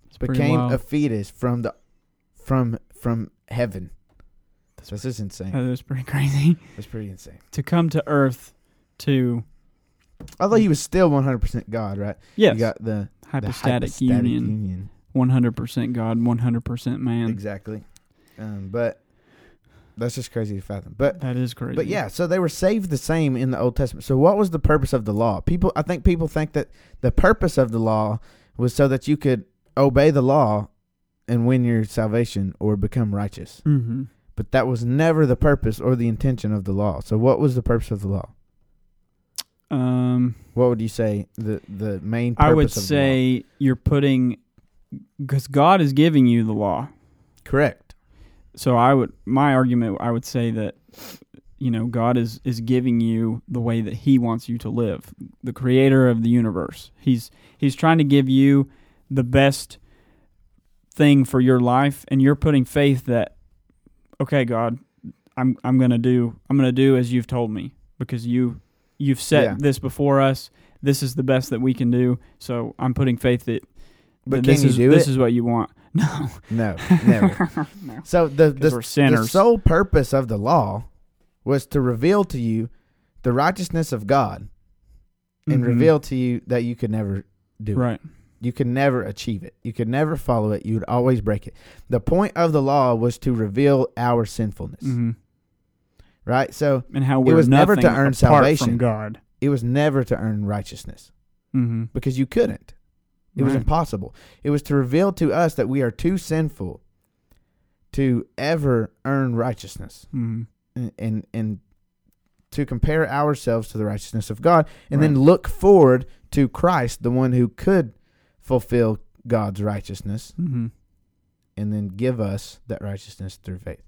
Speaker 2: It's pretty
Speaker 1: Became
Speaker 2: wild.
Speaker 1: a fetus from the from from heaven. this is insane.
Speaker 2: That is pretty crazy
Speaker 1: That's pretty insane.
Speaker 2: to come to Earth to
Speaker 1: Although he was still 100% God, right?
Speaker 2: yes
Speaker 1: You got the, the
Speaker 2: hypostatic,
Speaker 1: hypostatic
Speaker 2: union, one hundred percent God, one hundred percent man.
Speaker 1: Exactly. Um, but that's just crazy to fathom. But
Speaker 2: That is crazy.
Speaker 1: But yeah, so they were saved the same in the Old Testament. So what was the purpose of the law? People I think people think that the purpose of the law was so that you could obey the law and win your salvation or become righteous.
Speaker 2: Mm-hmm.
Speaker 1: But that was never the purpose or the intention of the law. So what was the purpose of the law?
Speaker 2: Um.
Speaker 1: What would you say the the main purpose
Speaker 2: I would
Speaker 1: of the law?
Speaker 2: say you're putting because God is giving you the law.
Speaker 1: correct.
Speaker 2: So I would my argument I would say that you know God is is giving you the way that he wants you to live. The creator of the universe. He's he's trying to give you the best thing for your life and you're putting faith that okay God, I'm I'm gonna do I'm gonna do as you've told me because you you've set
Speaker 1: Yeah.
Speaker 2: this before us. This is the best that we can do. So I'm putting faith that,
Speaker 1: But
Speaker 2: that
Speaker 1: can
Speaker 2: this
Speaker 1: you
Speaker 2: is
Speaker 1: do
Speaker 2: this
Speaker 1: it?
Speaker 2: is what you want. No,
Speaker 1: no, never.
Speaker 2: no.
Speaker 1: So the the,
Speaker 2: Because we're
Speaker 1: the
Speaker 2: sinners.
Speaker 1: sole purpose of the law was to reveal to you the righteousness of God and
Speaker 2: Mhm.
Speaker 1: reveal to you that you could never do it.
Speaker 2: Right.
Speaker 1: You could never achieve it. You could never follow it. You would always break it. The point of the law was to reveal our sinfulness,
Speaker 2: hmm
Speaker 1: right? So
Speaker 2: And how we're
Speaker 1: was never to
Speaker 2: nothing
Speaker 1: earn
Speaker 2: apart
Speaker 1: salvation.
Speaker 2: from God.
Speaker 1: it was never to earn righteousness
Speaker 2: Mm-hmm.
Speaker 1: because you couldn't. It was impossible. It was to reveal to us that we are too sinful to ever earn righteousness
Speaker 2: hmm
Speaker 1: and and, and to compare ourselves to the righteousness of God and then look forward to Christ, the one who could fulfill God's righteousness
Speaker 2: hmm
Speaker 1: and then give us that righteousness through faith.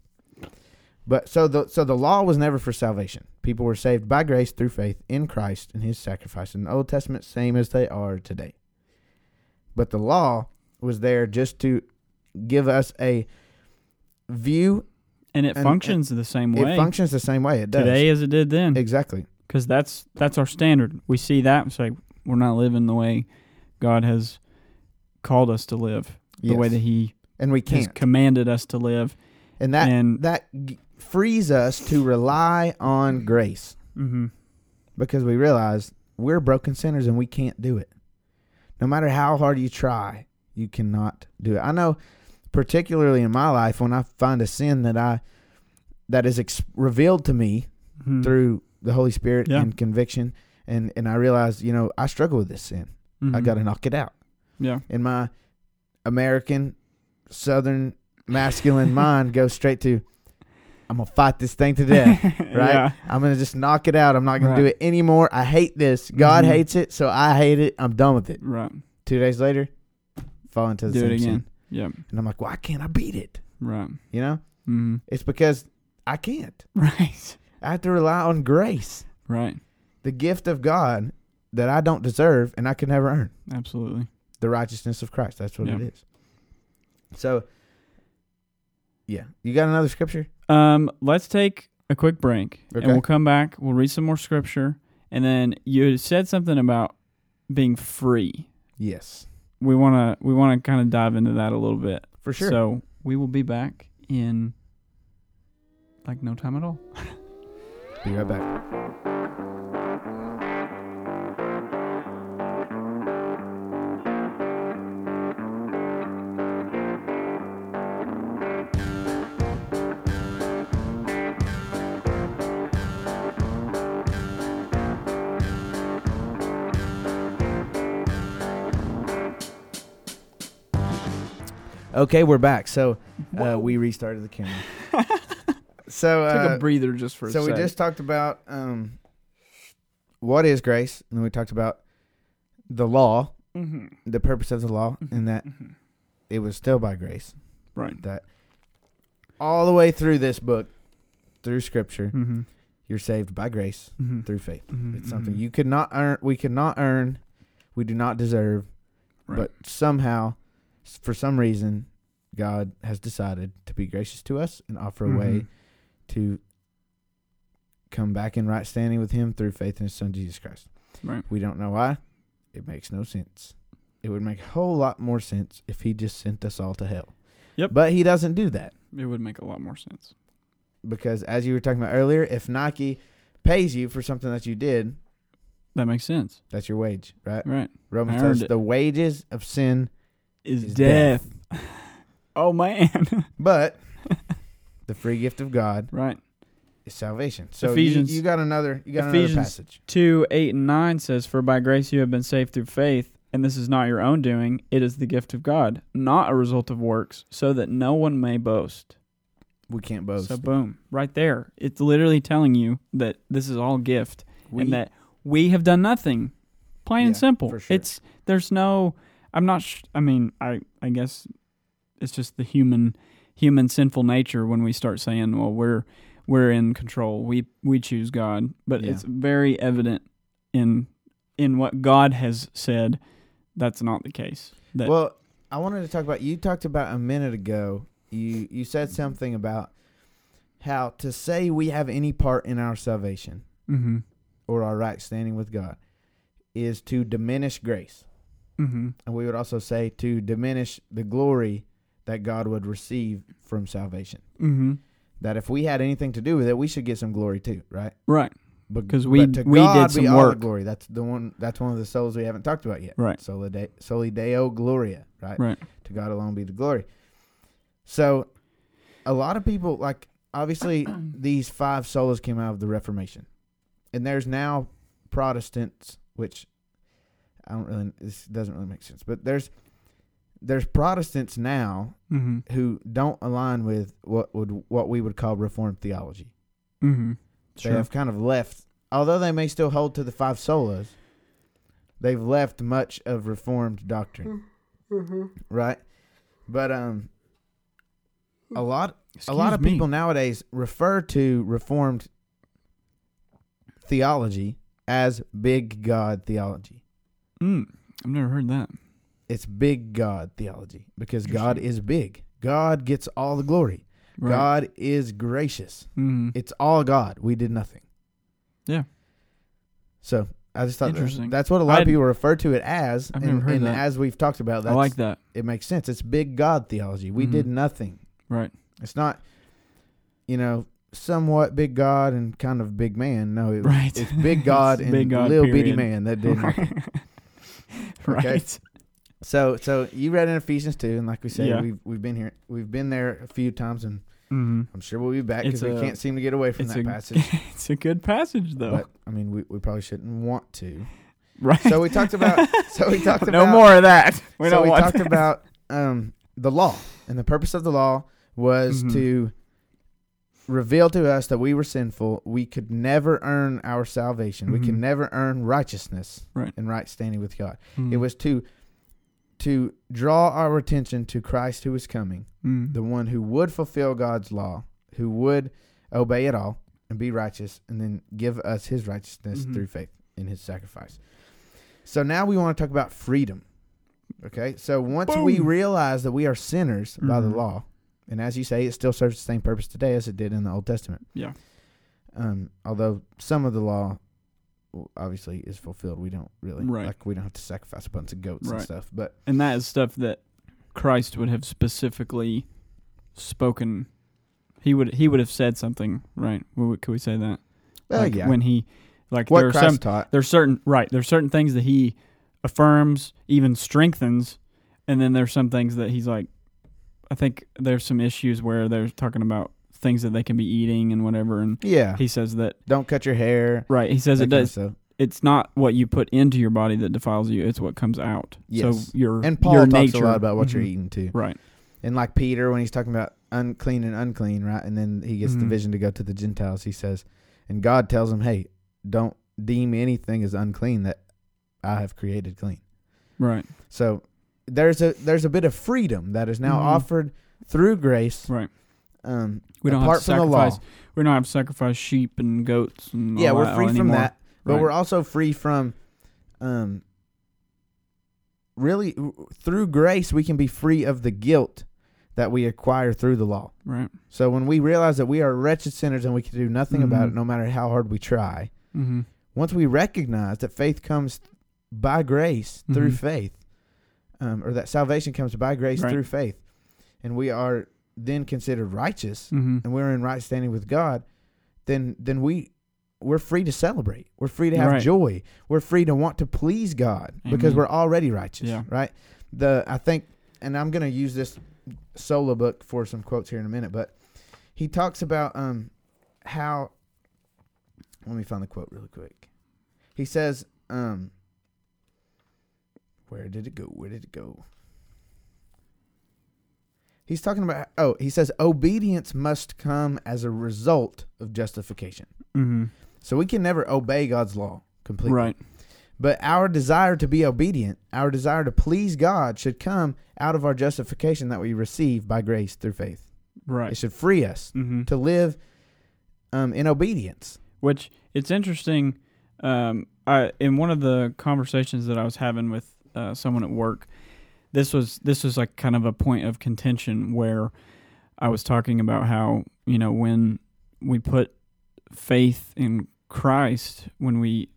Speaker 1: But so the so the law was never for salvation. People were saved by grace through faith in Christ and his sacrifice in the Old Testament same as they are today. But the law was there just to give us a view.
Speaker 2: And it
Speaker 1: And-
Speaker 2: functions the same
Speaker 1: It
Speaker 2: way
Speaker 1: functions the same way it does.
Speaker 2: today as it did then.
Speaker 1: Exactly.
Speaker 2: because that's that's our standard. We see that and say we're not living the way God has called us to live, the
Speaker 1: Yes.
Speaker 2: way that He
Speaker 1: and we
Speaker 2: has
Speaker 1: can't.
Speaker 2: commanded us to live,
Speaker 1: And that
Speaker 2: and
Speaker 1: that g- frees us to rely on grace
Speaker 2: mm-hmm,
Speaker 1: because we realize we're broken sinners and we can't do it. No matter how hard you try, you cannot do it. I know, particularly in my life, when I find a sin that I that is ex- revealed to me
Speaker 2: Mm-hmm.
Speaker 1: through the Holy Spirit
Speaker 2: Yeah.
Speaker 1: and conviction, and and I realize, you know, I struggle with this sin. I got to knock it out
Speaker 2: Mm-hmm. yeah,
Speaker 1: and my American Southern masculine mind goes straight to I'm gonna fight this thing to death. right?
Speaker 2: Yeah.
Speaker 1: I'm gonna just knock it out. I'm not gonna do
Speaker 2: Right.
Speaker 1: it anymore. I hate this. God
Speaker 2: Mhm.
Speaker 1: hates it, so I hate it. I'm done with it.
Speaker 2: right,
Speaker 1: Two days later, fall into the
Speaker 2: do
Speaker 1: same
Speaker 2: it again,
Speaker 1: sin.
Speaker 2: yep,
Speaker 1: And I'm like, why can't I beat it?
Speaker 2: right,
Speaker 1: You know?
Speaker 2: mm-hmm.
Speaker 1: It's because I can't.
Speaker 2: right,
Speaker 1: I have to rely on grace,
Speaker 2: right,
Speaker 1: the gift of God that I don't deserve and I can never earn.
Speaker 2: absolutely,
Speaker 1: the righteousness of Christ. That's what
Speaker 2: Yeah.
Speaker 1: it is. So, yeah, you got another scripture?
Speaker 2: Um, let's take a quick break
Speaker 1: Okay.
Speaker 2: and we'll come back. We'll read some more scripture. And then you said something about being free.
Speaker 1: Yes,
Speaker 2: We wanna we wanna kinda dive into that a little bit.
Speaker 1: for sure.
Speaker 2: So we will be back in like no time at all.
Speaker 1: Be right back. Okay, we're back. So uh, we restarted the camera. so uh,
Speaker 2: Took a breather just for
Speaker 1: so we just talked about um, what is grace, and then we talked about the law,
Speaker 2: mm-hmm.
Speaker 1: the purpose of the law, and that it was still by grace.
Speaker 2: right.
Speaker 1: That all the way through this book, through Scripture,
Speaker 2: Mm-hmm.
Speaker 1: you're saved by grace
Speaker 2: Mm-hmm.
Speaker 1: through faith. It's something you could not earn. We could not earn. We do not deserve.
Speaker 2: Right.
Speaker 1: But somehow, s- for some reason, God has decided to be gracious to us and offer a
Speaker 2: Mm-hmm.
Speaker 1: way to come back in right standing with him through faith in his son Jesus Christ.
Speaker 2: Right.
Speaker 1: We don't know why. It makes no sense. It would make a whole lot more sense if he just sent us all to hell.
Speaker 2: Yep.
Speaker 1: But he doesn't do that
Speaker 2: It would make a lot more sense.
Speaker 1: because as you were talking about earlier, if Nike pays you for something that you did,
Speaker 2: That makes sense.
Speaker 1: that's your wage, right?
Speaker 2: Right.
Speaker 1: Romans
Speaker 2: I
Speaker 1: tells
Speaker 2: earned it.
Speaker 1: the wages of sin,
Speaker 2: Is,
Speaker 1: Is
Speaker 2: death. oh man.
Speaker 1: but the free gift of God
Speaker 2: right.
Speaker 1: is salvation. So you-
Speaker 2: Ephesians-
Speaker 1: you, got another you got another
Speaker 2: Ephesians
Speaker 1: passage.
Speaker 2: 2 8 and 9 says, For by grace you have been saved through faith, and this is not your own doing, it is the gift of God, not a result of works, so that no one may boast.
Speaker 1: We can't boast.
Speaker 2: So, boom, right there. It's literally telling you that this is all gift
Speaker 1: we,
Speaker 2: and that we have done nothing. Plain and
Speaker 1: Yeah,
Speaker 2: simple.
Speaker 1: for sure.
Speaker 2: It's, there's no, I'm not, sh- I mean, I, I guess it's just the human, human sinful nature when we start saying, well, we're, we're in control. We, we choose God. But
Speaker 1: Yeah.
Speaker 2: it's very evident in, in what God has said. That's not the case. That,
Speaker 1: Well, I wanted to talk about you talked about a minute ago. You you said something about how to say we have any part in our salvation
Speaker 2: Mm-hmm.
Speaker 1: or our right standing with God is to diminish grace.
Speaker 2: Mm-hmm.
Speaker 1: And we would also say to diminish the glory that God would receive from salvation.
Speaker 2: Mm-hmm.
Speaker 1: That if we had anything to do with it, we should get some glory too, right?
Speaker 2: Right.
Speaker 1: But
Speaker 2: 'Cause we-
Speaker 1: but to
Speaker 2: we
Speaker 1: God
Speaker 2: did some
Speaker 1: be all the
Speaker 2: work.
Speaker 1: glory. That's the one. That's one of the souls we haven't talked about yet.
Speaker 2: Right.
Speaker 1: Sola de, soli Deo Gloria. Right.
Speaker 2: Right.
Speaker 1: To God alone be the glory. So, a lot of people like obviously these five solas came out of the Reformation, and there's now Protestants, which I don't really. This doesn't really make sense, but there's there's Protestants now
Speaker 2: Mm-hmm.
Speaker 1: who don't align with what would what we would call Reformed theology
Speaker 2: Mm-hmm.
Speaker 1: they
Speaker 2: Sure.
Speaker 1: have kind of left although they may still hold to the five solas they've left much of reformed doctrine right but um a lot a lot of
Speaker 2: Excuse me.
Speaker 1: people nowadays refer to reformed theology as big god theology
Speaker 2: Mm. I've never heard that.
Speaker 1: it's big god theology because god
Speaker 2: Interesting.
Speaker 1: is big god gets all the glory
Speaker 2: Right.
Speaker 1: god is gracious
Speaker 2: Mm-hmm.
Speaker 1: it's all God. We did nothing.
Speaker 2: Yeah.
Speaker 1: So I just thought
Speaker 2: Interesting.
Speaker 1: That, that's what a lot of
Speaker 2: I'd-
Speaker 1: people refer to it as,
Speaker 2: I've
Speaker 1: and,
Speaker 2: never heard
Speaker 1: and
Speaker 2: that.
Speaker 1: as we've talked about,
Speaker 2: I
Speaker 1: that's,
Speaker 2: like that.
Speaker 1: it makes sense. It's big God theology. We did
Speaker 2: Mhm.
Speaker 1: nothing.
Speaker 2: Right.
Speaker 1: It's not, you know, somewhat big God and kind of big man. No, it,
Speaker 2: Right.
Speaker 1: it's big God
Speaker 2: It's
Speaker 1: and
Speaker 2: big God,
Speaker 1: little bitty
Speaker 2: period.
Speaker 1: man that did. nothing.
Speaker 2: right. Right.
Speaker 1: so, so you read in Ephesians two, and like we said,
Speaker 2: Yeah.
Speaker 1: we've we've been here, we've been there a few times, and
Speaker 2: Mm-hmm.
Speaker 1: I'm sure we'll be back because
Speaker 2: It's
Speaker 1: we
Speaker 2: a-
Speaker 1: can't seem to get away from
Speaker 2: it's
Speaker 1: that
Speaker 2: a-
Speaker 1: passage.
Speaker 2: It's a good passage though.
Speaker 1: But I mean, we, we probably shouldn't want to.
Speaker 2: right.
Speaker 1: So we talked about. So we talked
Speaker 2: no
Speaker 1: about.
Speaker 2: more of that. We
Speaker 1: so
Speaker 2: don't
Speaker 1: we
Speaker 2: want
Speaker 1: talked
Speaker 2: that.
Speaker 1: about um, the law, and the purpose of the law was
Speaker 2: Mhm.
Speaker 1: to reveal to us that we were sinful. We could never earn our salvation. We
Speaker 2: Mhm.
Speaker 1: can never earn righteousness
Speaker 2: Right.
Speaker 1: and right standing with God.
Speaker 2: Mm.
Speaker 1: It was to to draw our attention to Christ who is coming,
Speaker 2: Mm.
Speaker 1: the one who would fulfill God's law, who would obey it all and be righteous, and then give us His righteousness
Speaker 2: Mhm.
Speaker 1: through faith in His sacrifice. So now we want to talk about freedom. Okay, so once we
Speaker 2: Boom.
Speaker 1: realize that we are sinners by the
Speaker 2: Mhm.
Speaker 1: law, and as you say, it still serves the same purpose today as it did in the Old Testament.
Speaker 2: Yeah.
Speaker 1: Um, although some of the law w- obviously is fulfilled, we don't really
Speaker 2: Right.
Speaker 1: like we don't have to sacrifice a bunch of goats and
Speaker 2: Right.
Speaker 1: stuff. But
Speaker 2: and that is stuff that Christ would have specifically spoken. He would he would have said something, right? Well, could we say that?
Speaker 1: well,
Speaker 2: like
Speaker 1: uh, yeah,
Speaker 2: when he like
Speaker 1: what
Speaker 2: there are
Speaker 1: Christ
Speaker 2: some
Speaker 1: taught,
Speaker 2: there's certain right there's certain things that he affirms even strengthens and then there's some things that he's like i think there's some issues where they're talking about things that they can be eating and whatever and
Speaker 1: yeah,
Speaker 2: he says that
Speaker 1: don't cut your hair.
Speaker 2: right he says
Speaker 1: that
Speaker 2: it
Speaker 1: kinda
Speaker 2: does
Speaker 1: stuff.
Speaker 2: it's not what you put into your body that defiles you it's what comes out
Speaker 1: Yes.
Speaker 2: so your
Speaker 1: And Paul
Speaker 2: your
Speaker 1: talks
Speaker 2: nature
Speaker 1: a lot about what you're
Speaker 2: Mhm.
Speaker 1: eating too.
Speaker 2: right
Speaker 1: And like Peter, when he's talking about unclean and unclean, right? And then he gets the
Speaker 2: Mhm.
Speaker 1: vision to go to the Gentiles. He says, and God tells him, hey, don't deem anything as unclean that I have created clean.
Speaker 2: right
Speaker 1: So there's a there's a bit of freedom that is now
Speaker 2: Mhm.
Speaker 1: offered through grace.
Speaker 2: Right.
Speaker 1: Um,
Speaker 2: we don't
Speaker 1: apart
Speaker 2: have to
Speaker 1: from the
Speaker 2: sacrifice
Speaker 1: law.
Speaker 2: we don't have to sacrifice sheep and goats and all
Speaker 1: Yeah, we're
Speaker 2: that
Speaker 1: free from
Speaker 2: anymore.
Speaker 1: that, but
Speaker 2: Right.
Speaker 1: we're also free from, um, really through grace we can be free of the guilt that we acquire through the law.
Speaker 2: right
Speaker 1: So when we realize that we are wretched sinners and we can do nothing about it,
Speaker 2: Mhm.
Speaker 1: no matter how hard we try,
Speaker 2: mm-hmm.
Speaker 1: once we recognize that faith comes by grace through
Speaker 2: Mhm.
Speaker 1: faith, um, or that salvation comes by grace
Speaker 2: Right.
Speaker 1: through faith, and we are then considered righteous
Speaker 2: Mm-hmm.
Speaker 1: and we're in right standing with God, then then we we're free to celebrate. We're free to have
Speaker 2: Right. Mm-hmm.
Speaker 1: joy. We're free to want to please God because
Speaker 2: Amen.
Speaker 1: we're already righteous,
Speaker 2: Yeah.
Speaker 1: right? The I think, and I'm going to use this solo book for some quotes here in a minute, but he talks about um how. Let me find the quote really quick. He says, um, "Where did it go? Where did it go?" He's talking about oh, he says obedience must come as a result of justification.
Speaker 2: Mm-hmm.
Speaker 1: So we can never obey God's law completely.
Speaker 2: right
Speaker 1: But our desire to be obedient, our desire to please God should come out of our justification that we receive by grace through faith.
Speaker 2: right
Speaker 1: It should free us
Speaker 2: mm-hmm.
Speaker 1: to live um, in obedience.
Speaker 2: which it's interesting. Um, I in one of the conversations that I was having with uh, someone at work, this was this was like kind of a point of contention where I was talking about how you know when we put faith in Christ when we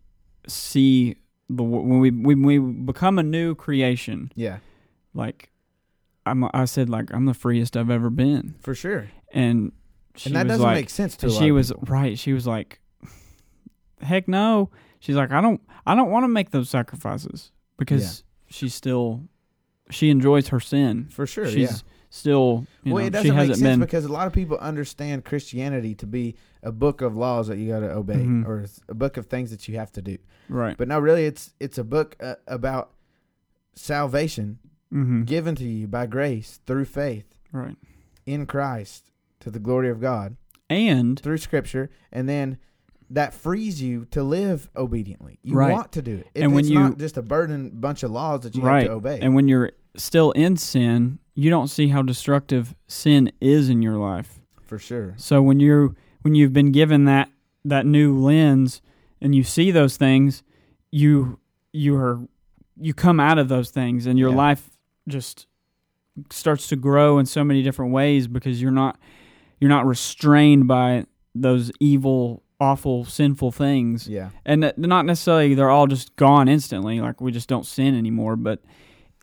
Speaker 2: see the wo- when we when we become a new creation.
Speaker 1: Yeah,
Speaker 2: Like I'm, I said, like I'm the freest I've ever been,
Speaker 1: for sure.
Speaker 2: and she
Speaker 1: and that
Speaker 2: was
Speaker 1: doesn't
Speaker 2: like,
Speaker 1: make sense to a
Speaker 2: and
Speaker 1: lot
Speaker 2: she
Speaker 1: of
Speaker 2: was right. She was like, "Heck no!" She's like, "I don't, I don't want to make those sacrifices because she's still, she enjoys her sin.
Speaker 1: people. for sure.
Speaker 2: she's
Speaker 1: yeah.
Speaker 2: still, you
Speaker 1: well,
Speaker 2: know,
Speaker 1: it doesn't
Speaker 2: she
Speaker 1: make
Speaker 2: hasn't
Speaker 1: sense
Speaker 2: been.
Speaker 1: because a lot of people understand Christianity to be a book of laws that you got to obey,
Speaker 2: Mhm.
Speaker 1: or it's a book of things that you have to do.
Speaker 2: right.
Speaker 1: But no, really, it's it's a book uh, about salvation
Speaker 2: Mm-hmm.
Speaker 1: given to you by grace through faith
Speaker 2: Right.
Speaker 1: in Christ to the glory of God
Speaker 2: And
Speaker 1: through Scripture, and then that frees you to live obediently. You
Speaker 2: Right.
Speaker 1: want to do it, It-
Speaker 2: And when
Speaker 1: it's not
Speaker 2: you-
Speaker 1: just a burden bunch of laws that you
Speaker 2: Right.
Speaker 1: have to obey.
Speaker 2: and when you're still in sin, you don't see how destructive sin is in your life.
Speaker 1: for sure,
Speaker 2: So when you're when you've been given that that new lens and you see those things, you you are you come out of those things and your
Speaker 1: Yeah.
Speaker 2: life just starts to grow in so many different ways because you're not you're not restrained by those evil awful sinful things
Speaker 1: yeah,
Speaker 2: and that- not necessarily they're all just gone instantly like we just don't sin anymore but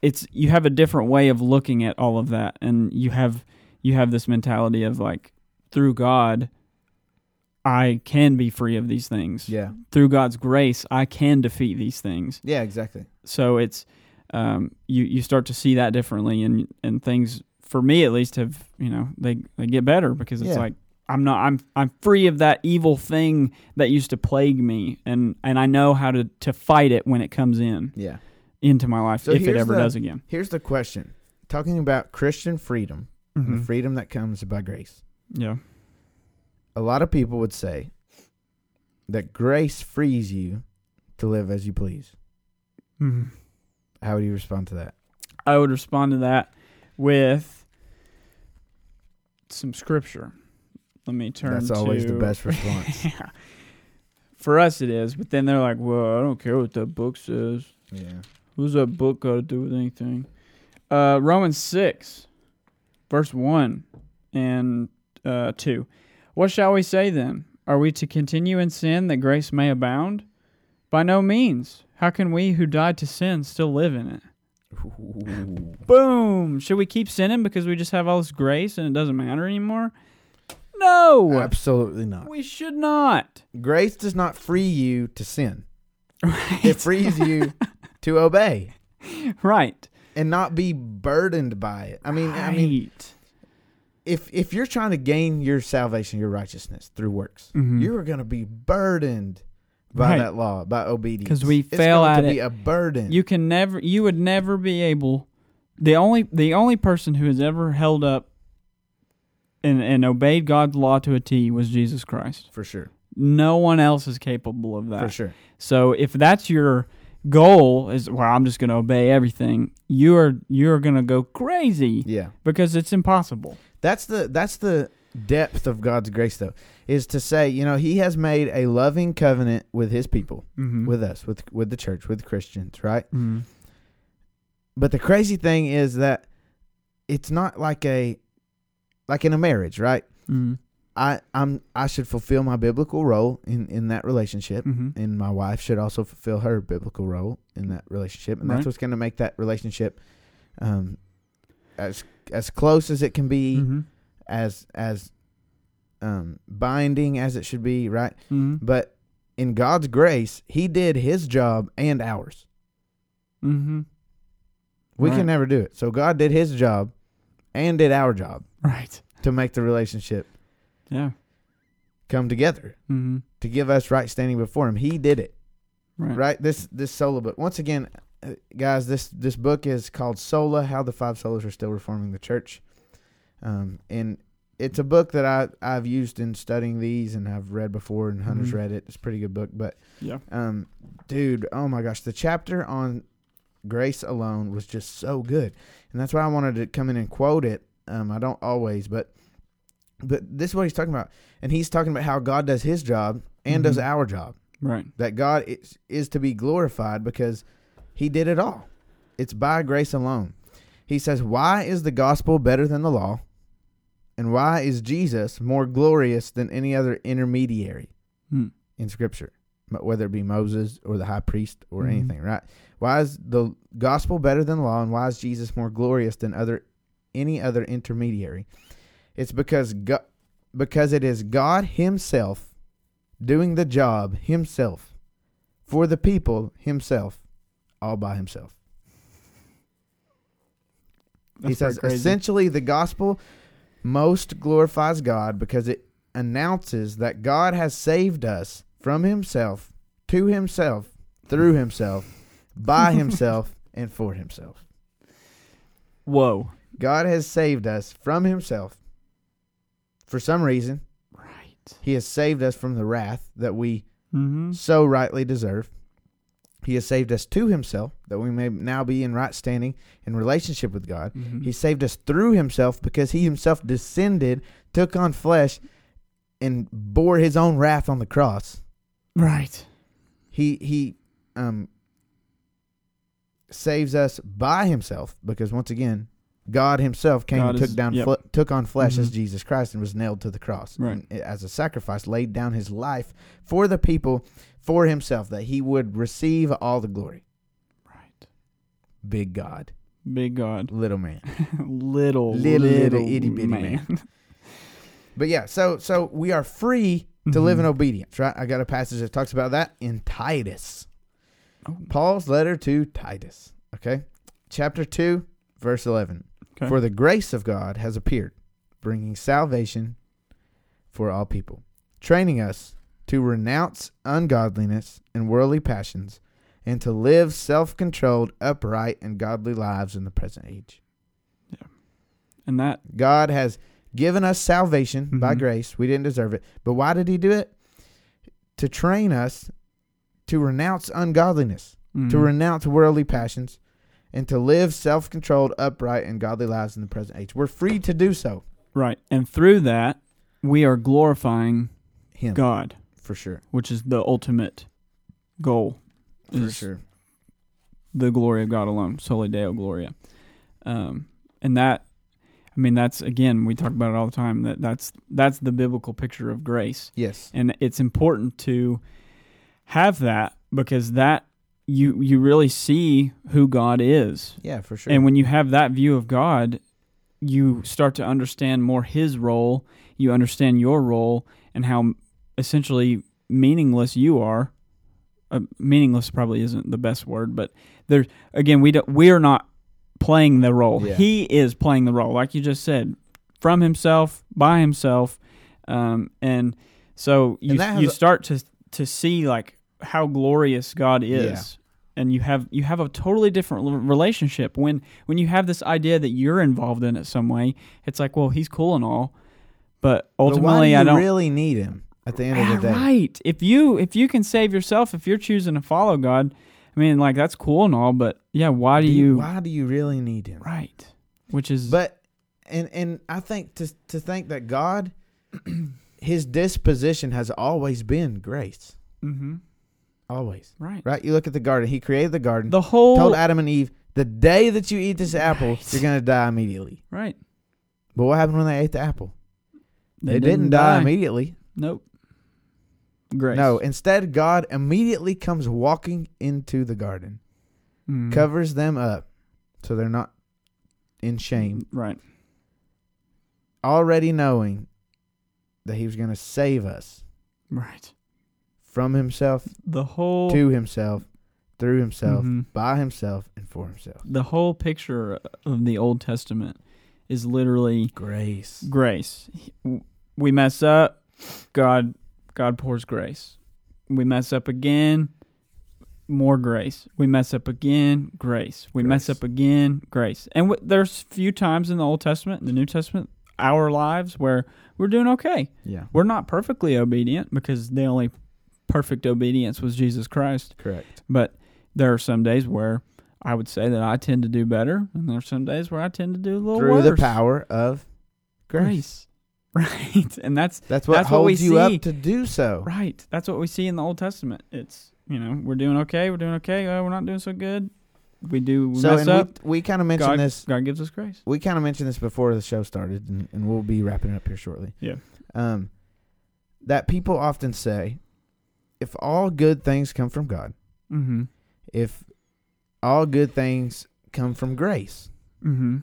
Speaker 2: it's you have a different way of looking at all of that and you have you have this mentality of like through god i can be free of these things
Speaker 1: yeah,
Speaker 2: through god's grace i can defeat these things
Speaker 1: yeah, exactly.
Speaker 2: so it's um you you start to see that differently and and things for me at least have you know they they get better because it's
Speaker 1: Yeah.
Speaker 2: like I'm not I'm I'm free of that evil thing that used to plague me and and I know how to to fight it when it comes in
Speaker 1: Yeah.
Speaker 2: into my life
Speaker 1: So
Speaker 2: if it
Speaker 1: here's
Speaker 2: ever
Speaker 1: the-
Speaker 2: does again.
Speaker 1: Here's the question: Talking about Christian freedom
Speaker 2: Mm-hmm.
Speaker 1: and the freedom that comes by grace,
Speaker 2: Yeah.
Speaker 1: a lot of people would say that grace frees you to live as you please. How would you respond to that?
Speaker 2: I would respond to that with some scripture. Let me turn
Speaker 1: That's always the
Speaker 2: to-
Speaker 1: best response.
Speaker 2: yeah. For us it is, but then they're like, "Well, I don't care what that book says."
Speaker 1: yeah.
Speaker 2: Who's that book got to do with anything? Uh, Romans 6, verse 1 and uh, 2. What shall we say then? Are we to continue in sin that grace may abound? By no means. How can we who died to sin still live in it? Boom! Should we keep sinning because we just have all this grace and it doesn't matter anymore? No!
Speaker 1: Absolutely not.
Speaker 2: We should not.
Speaker 1: Grace does not free you to sin. It frees you to obey
Speaker 2: right.
Speaker 1: and not be burdened by it. I mean, I mean,
Speaker 2: Right.
Speaker 1: if if you're trying to gain your salvation, your righteousness through works,
Speaker 2: Mhm.
Speaker 1: you are going to be burdened by
Speaker 2: Right.
Speaker 1: that law, by obedience.
Speaker 2: 'Cause we
Speaker 1: it's
Speaker 2: fail
Speaker 1: going
Speaker 2: at
Speaker 1: to be
Speaker 2: it.
Speaker 1: a burden.
Speaker 2: You can never you would never be able the only the only person who has ever held up and, and obeyed God's law to a T was Jesus Christ.
Speaker 1: for sure,
Speaker 2: No one else is capable of that.
Speaker 1: for sure.
Speaker 2: So if that's your goal is well, I'm just gonna obey everything, you're you're gonna go crazy
Speaker 1: Yeah,
Speaker 2: because it's impossible.
Speaker 1: that's the that's the depth of God's grace, though, is to say, you know, He has made a loving covenant with His people,
Speaker 2: Mm-hmm.
Speaker 1: with us, with with the church, with Christians, right?
Speaker 2: mm
Speaker 1: But the crazy thing is that it's not like a like in a marriage, right?
Speaker 2: mm
Speaker 1: I I'm I should fulfill my biblical role in in that relationship.
Speaker 2: mhm.
Speaker 1: and my wife should also fulfill her biblical role in that relationship, and
Speaker 2: Right.
Speaker 1: that's what's going to make that relationship um, as as close as it can be,
Speaker 2: Mhm.
Speaker 1: as as um, binding as it should be, right?
Speaker 2: Mhm.
Speaker 1: But in God's grace, He did His job and ours.
Speaker 2: Mhm.
Speaker 1: We
Speaker 2: Right.
Speaker 1: can never do it, so God did His job and did our job
Speaker 2: Right.
Speaker 1: to make the relationship
Speaker 2: Yeah.
Speaker 1: come together
Speaker 2: Mm-hmm.
Speaker 1: to give us right standing before Him. He did it.
Speaker 2: Right.
Speaker 1: right this this sola book once again uh, guys this this book is called sola how the five solas are still reforming the church um, and it's a book that I, i've used in studying these and i've read before and hunter's
Speaker 2: Mhm.
Speaker 1: read it it's a pretty good book but
Speaker 2: Yeah.
Speaker 1: um, dude oh my gosh the chapter on grace alone was just so good and that's why i wanted to come in and quote it um, i don't always but but this is what he's talking about and he's talking about how god does his job and does
Speaker 2: Mhm.
Speaker 1: our job
Speaker 2: Right.
Speaker 1: that God is, is to be glorified because he did it all. It's by grace alone. He says, Why is the gospel better than the law? And why is Jesus more glorious than any other intermediary
Speaker 2: Hmm.
Speaker 1: in Scripture, Mo- whether it be Moses or the high priest or
Speaker 2: Mhm.
Speaker 1: anything, right? Why is the gospel better than law, and why is Jesus more glorious than other any other intermediary? It's because God, because it is God Himself doing the job Himself for the people Himself, all by Himself he
Speaker 2: That's
Speaker 1: says
Speaker 2: pretty crazy.
Speaker 1: essentially the gospel most glorifies God because it announces that God has saved us from himself to himself through himself by himself and for himself.
Speaker 2: Whoa.
Speaker 1: God has saved us from himself for some reason.
Speaker 2: Right.
Speaker 1: He has saved us from the wrath that we
Speaker 2: Mm-hmm.
Speaker 1: so rightly deserve. He has saved us to himself that we may now be in right standing in relationship with God. He saved us through himself because he himself descended, took on flesh, and bore his own wrath on the cross.
Speaker 2: right.
Speaker 1: He he um saves us by himself because once again, God himself came
Speaker 2: God
Speaker 1: and took
Speaker 2: is-
Speaker 1: down
Speaker 2: yep.
Speaker 1: fle- took on flesh as
Speaker 2: Mhm.
Speaker 1: Jesus Christ and was nailed to the cross
Speaker 2: Right.
Speaker 1: and eh, as a sacrifice, laid down his life for the people, for himself that he would receive all the glory.
Speaker 2: Right.
Speaker 1: Big God,
Speaker 2: Big God.
Speaker 1: little man. Little,
Speaker 2: little, little,
Speaker 1: little itty bitty But yeah, so so we are free to live in
Speaker 2: Mhm.
Speaker 1: obedience, right? I got a passage that talks about that in Titus.
Speaker 2: Oh,
Speaker 1: Paul's letter to Titus, okay? Chapter 2, verse 11.
Speaker 2: Okay.
Speaker 1: For the grace of God has appeared, bringing salvation for all people, training us to renounce ungodliness and worldly passions and to live self-controlled, upright, and godly lives in the present age.
Speaker 2: and that
Speaker 1: God has given us salvation by
Speaker 2: Mhm.
Speaker 1: grace. We didn't deserve it. But why did he do it? To train us to renounce ungodliness, to
Speaker 2: mhm.
Speaker 1: renounce worldly passions, and to live self controlled, upright, and godly lives in the present age. We're free to do so.
Speaker 2: right, and through that we are glorifying
Speaker 1: Him.
Speaker 2: God,
Speaker 1: For sure.
Speaker 2: which is the ultimate goal.
Speaker 1: For
Speaker 2: is
Speaker 1: sure.
Speaker 2: the glory of God alone, soli deo gloria. Um, and that, I mean, that's again, we talk about it all the time. That that's that's the biblical picture of grace,
Speaker 1: Yes.
Speaker 2: and it's important to have that because that you you really see who God is,
Speaker 1: Yeah, for sure.
Speaker 2: and when you have that view of God, you start to understand more His role. You understand your role and how essentially meaningless you are. Uh, meaningless probably isn't the best word, but there again, we don't. We are not playing the role.
Speaker 1: Yeah.
Speaker 2: He is playing the role, like you just said, from himself, by himself, um, and so you
Speaker 1: And that has
Speaker 2: you
Speaker 1: a-
Speaker 2: start to to see like how glorious God is
Speaker 1: Yeah.
Speaker 2: and you have you have a totally different l- relationship when when you have this idea that you're involved in it some way it's like well he's cool and all but
Speaker 1: But why do
Speaker 2: ultimately
Speaker 1: you
Speaker 2: i don't
Speaker 1: really need him at the end
Speaker 2: Yeah,
Speaker 1: of the day.
Speaker 2: right if you if you can save yourself if you're choosing to follow god i mean like that's cool and all but yeah why do,
Speaker 1: Do
Speaker 2: you
Speaker 1: why do you really need him?
Speaker 2: right which is
Speaker 1: But and and I think to to think that God his disposition has always been grace.
Speaker 2: mm-hmm,
Speaker 1: Always.
Speaker 2: right
Speaker 1: Right? You look at the garden. He created the garden.
Speaker 2: the whole
Speaker 1: told Adam and Eve, the day that you eat this apple,
Speaker 2: Right.
Speaker 1: you're gonna die immediately.
Speaker 2: right
Speaker 1: But what happened when they ate the apple? They, didn't, die, immediately.
Speaker 2: nope grace
Speaker 1: No. Instead, God immediately comes walking into the garden,
Speaker 2: Mhm.
Speaker 1: covers them up so they're not in shame,
Speaker 2: right
Speaker 1: already knowing that he was gonna save us
Speaker 2: right
Speaker 1: from himself
Speaker 2: the whole
Speaker 1: to himself, through himself,
Speaker 2: Mhm.
Speaker 1: by himself, and for himself.
Speaker 2: the whole picture of the Old Testament is literally
Speaker 1: Grace.
Speaker 2: grace. We mess up, God God pours grace. We mess up again, more grace. We mess up again, grace. We mess
Speaker 1: Grace.
Speaker 2: up again, grace. And w- there's few times in the Old Testament, the New Testament, our lives where we're doing okay.
Speaker 1: Yeah.
Speaker 2: We're not perfectly obedient because the only perfect obedience was Jesus Christ.
Speaker 1: Correct.
Speaker 2: But there are some days where I would say that I tend to do better, and there are some days where I tend to do a little
Speaker 1: Through
Speaker 2: worse.
Speaker 1: the power of grace.
Speaker 2: grace, right? And that's
Speaker 1: That's what
Speaker 2: That's what we
Speaker 1: holds you
Speaker 2: see.
Speaker 1: up to do so.
Speaker 2: right. uh, That's what we see in the Old Testament. It's you know we're doing okay, we're doing okay. Oh, we're not doing so good. we do
Speaker 1: So
Speaker 2: mess
Speaker 1: and
Speaker 2: up,
Speaker 1: we, we kind of mentioned
Speaker 2: God,
Speaker 1: this.
Speaker 2: God gives us grace.
Speaker 1: We kind of mentioned this before the show started, and, and we'll be wrapping it up here shortly.
Speaker 2: Yeah.
Speaker 1: Um, that people often say, if all good things come from God,
Speaker 2: Mm-hmm.
Speaker 1: if all good things come from grace,
Speaker 2: Mm-hmm.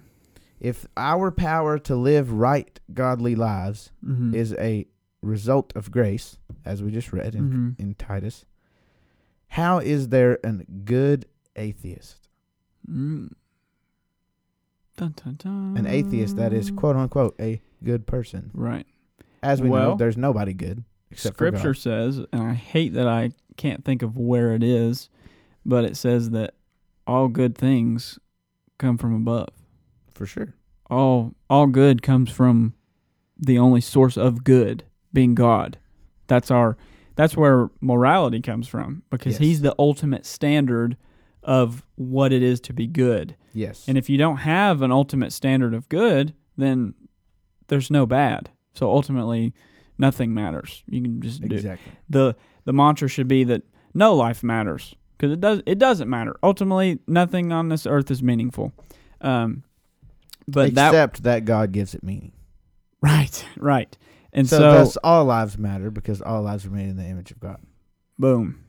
Speaker 1: if our power to live right, godly lives
Speaker 2: Mm-hmm.
Speaker 1: is a result of grace, as we just read in,
Speaker 2: hmm
Speaker 1: in Titus, how is there a good atheist?
Speaker 2: Mm. Dun, dun, dun.
Speaker 1: An atheist that
Speaker 2: Mm.
Speaker 1: is quote unquote a good person.
Speaker 2: right.
Speaker 1: As we know,
Speaker 2: Well,
Speaker 1: there's nobody good except
Speaker 2: Scripture
Speaker 1: for God.
Speaker 2: says, and I hate that I can't think of where it is, but it says that all good things come from above.
Speaker 1: for sure.
Speaker 2: All all good comes from the only source of good, being God. That's our that's where morality comes from because
Speaker 1: Yes.
Speaker 2: he's the ultimate standard of what it is to be good.
Speaker 1: Yes.
Speaker 2: And if you don't have an ultimate standard of good, then there's no bad. So ultimately, nothing matters. You can just do
Speaker 1: exactly.
Speaker 2: the the mantra should be that no life matters because it does it doesn't matter. Ultimately, nothing on this earth is meaningful. Um, but that
Speaker 1: except that God gives it meaning.
Speaker 2: right, right, and
Speaker 1: So,
Speaker 2: so,
Speaker 1: thus all lives matter because all lives are made in the image of God.
Speaker 2: boom,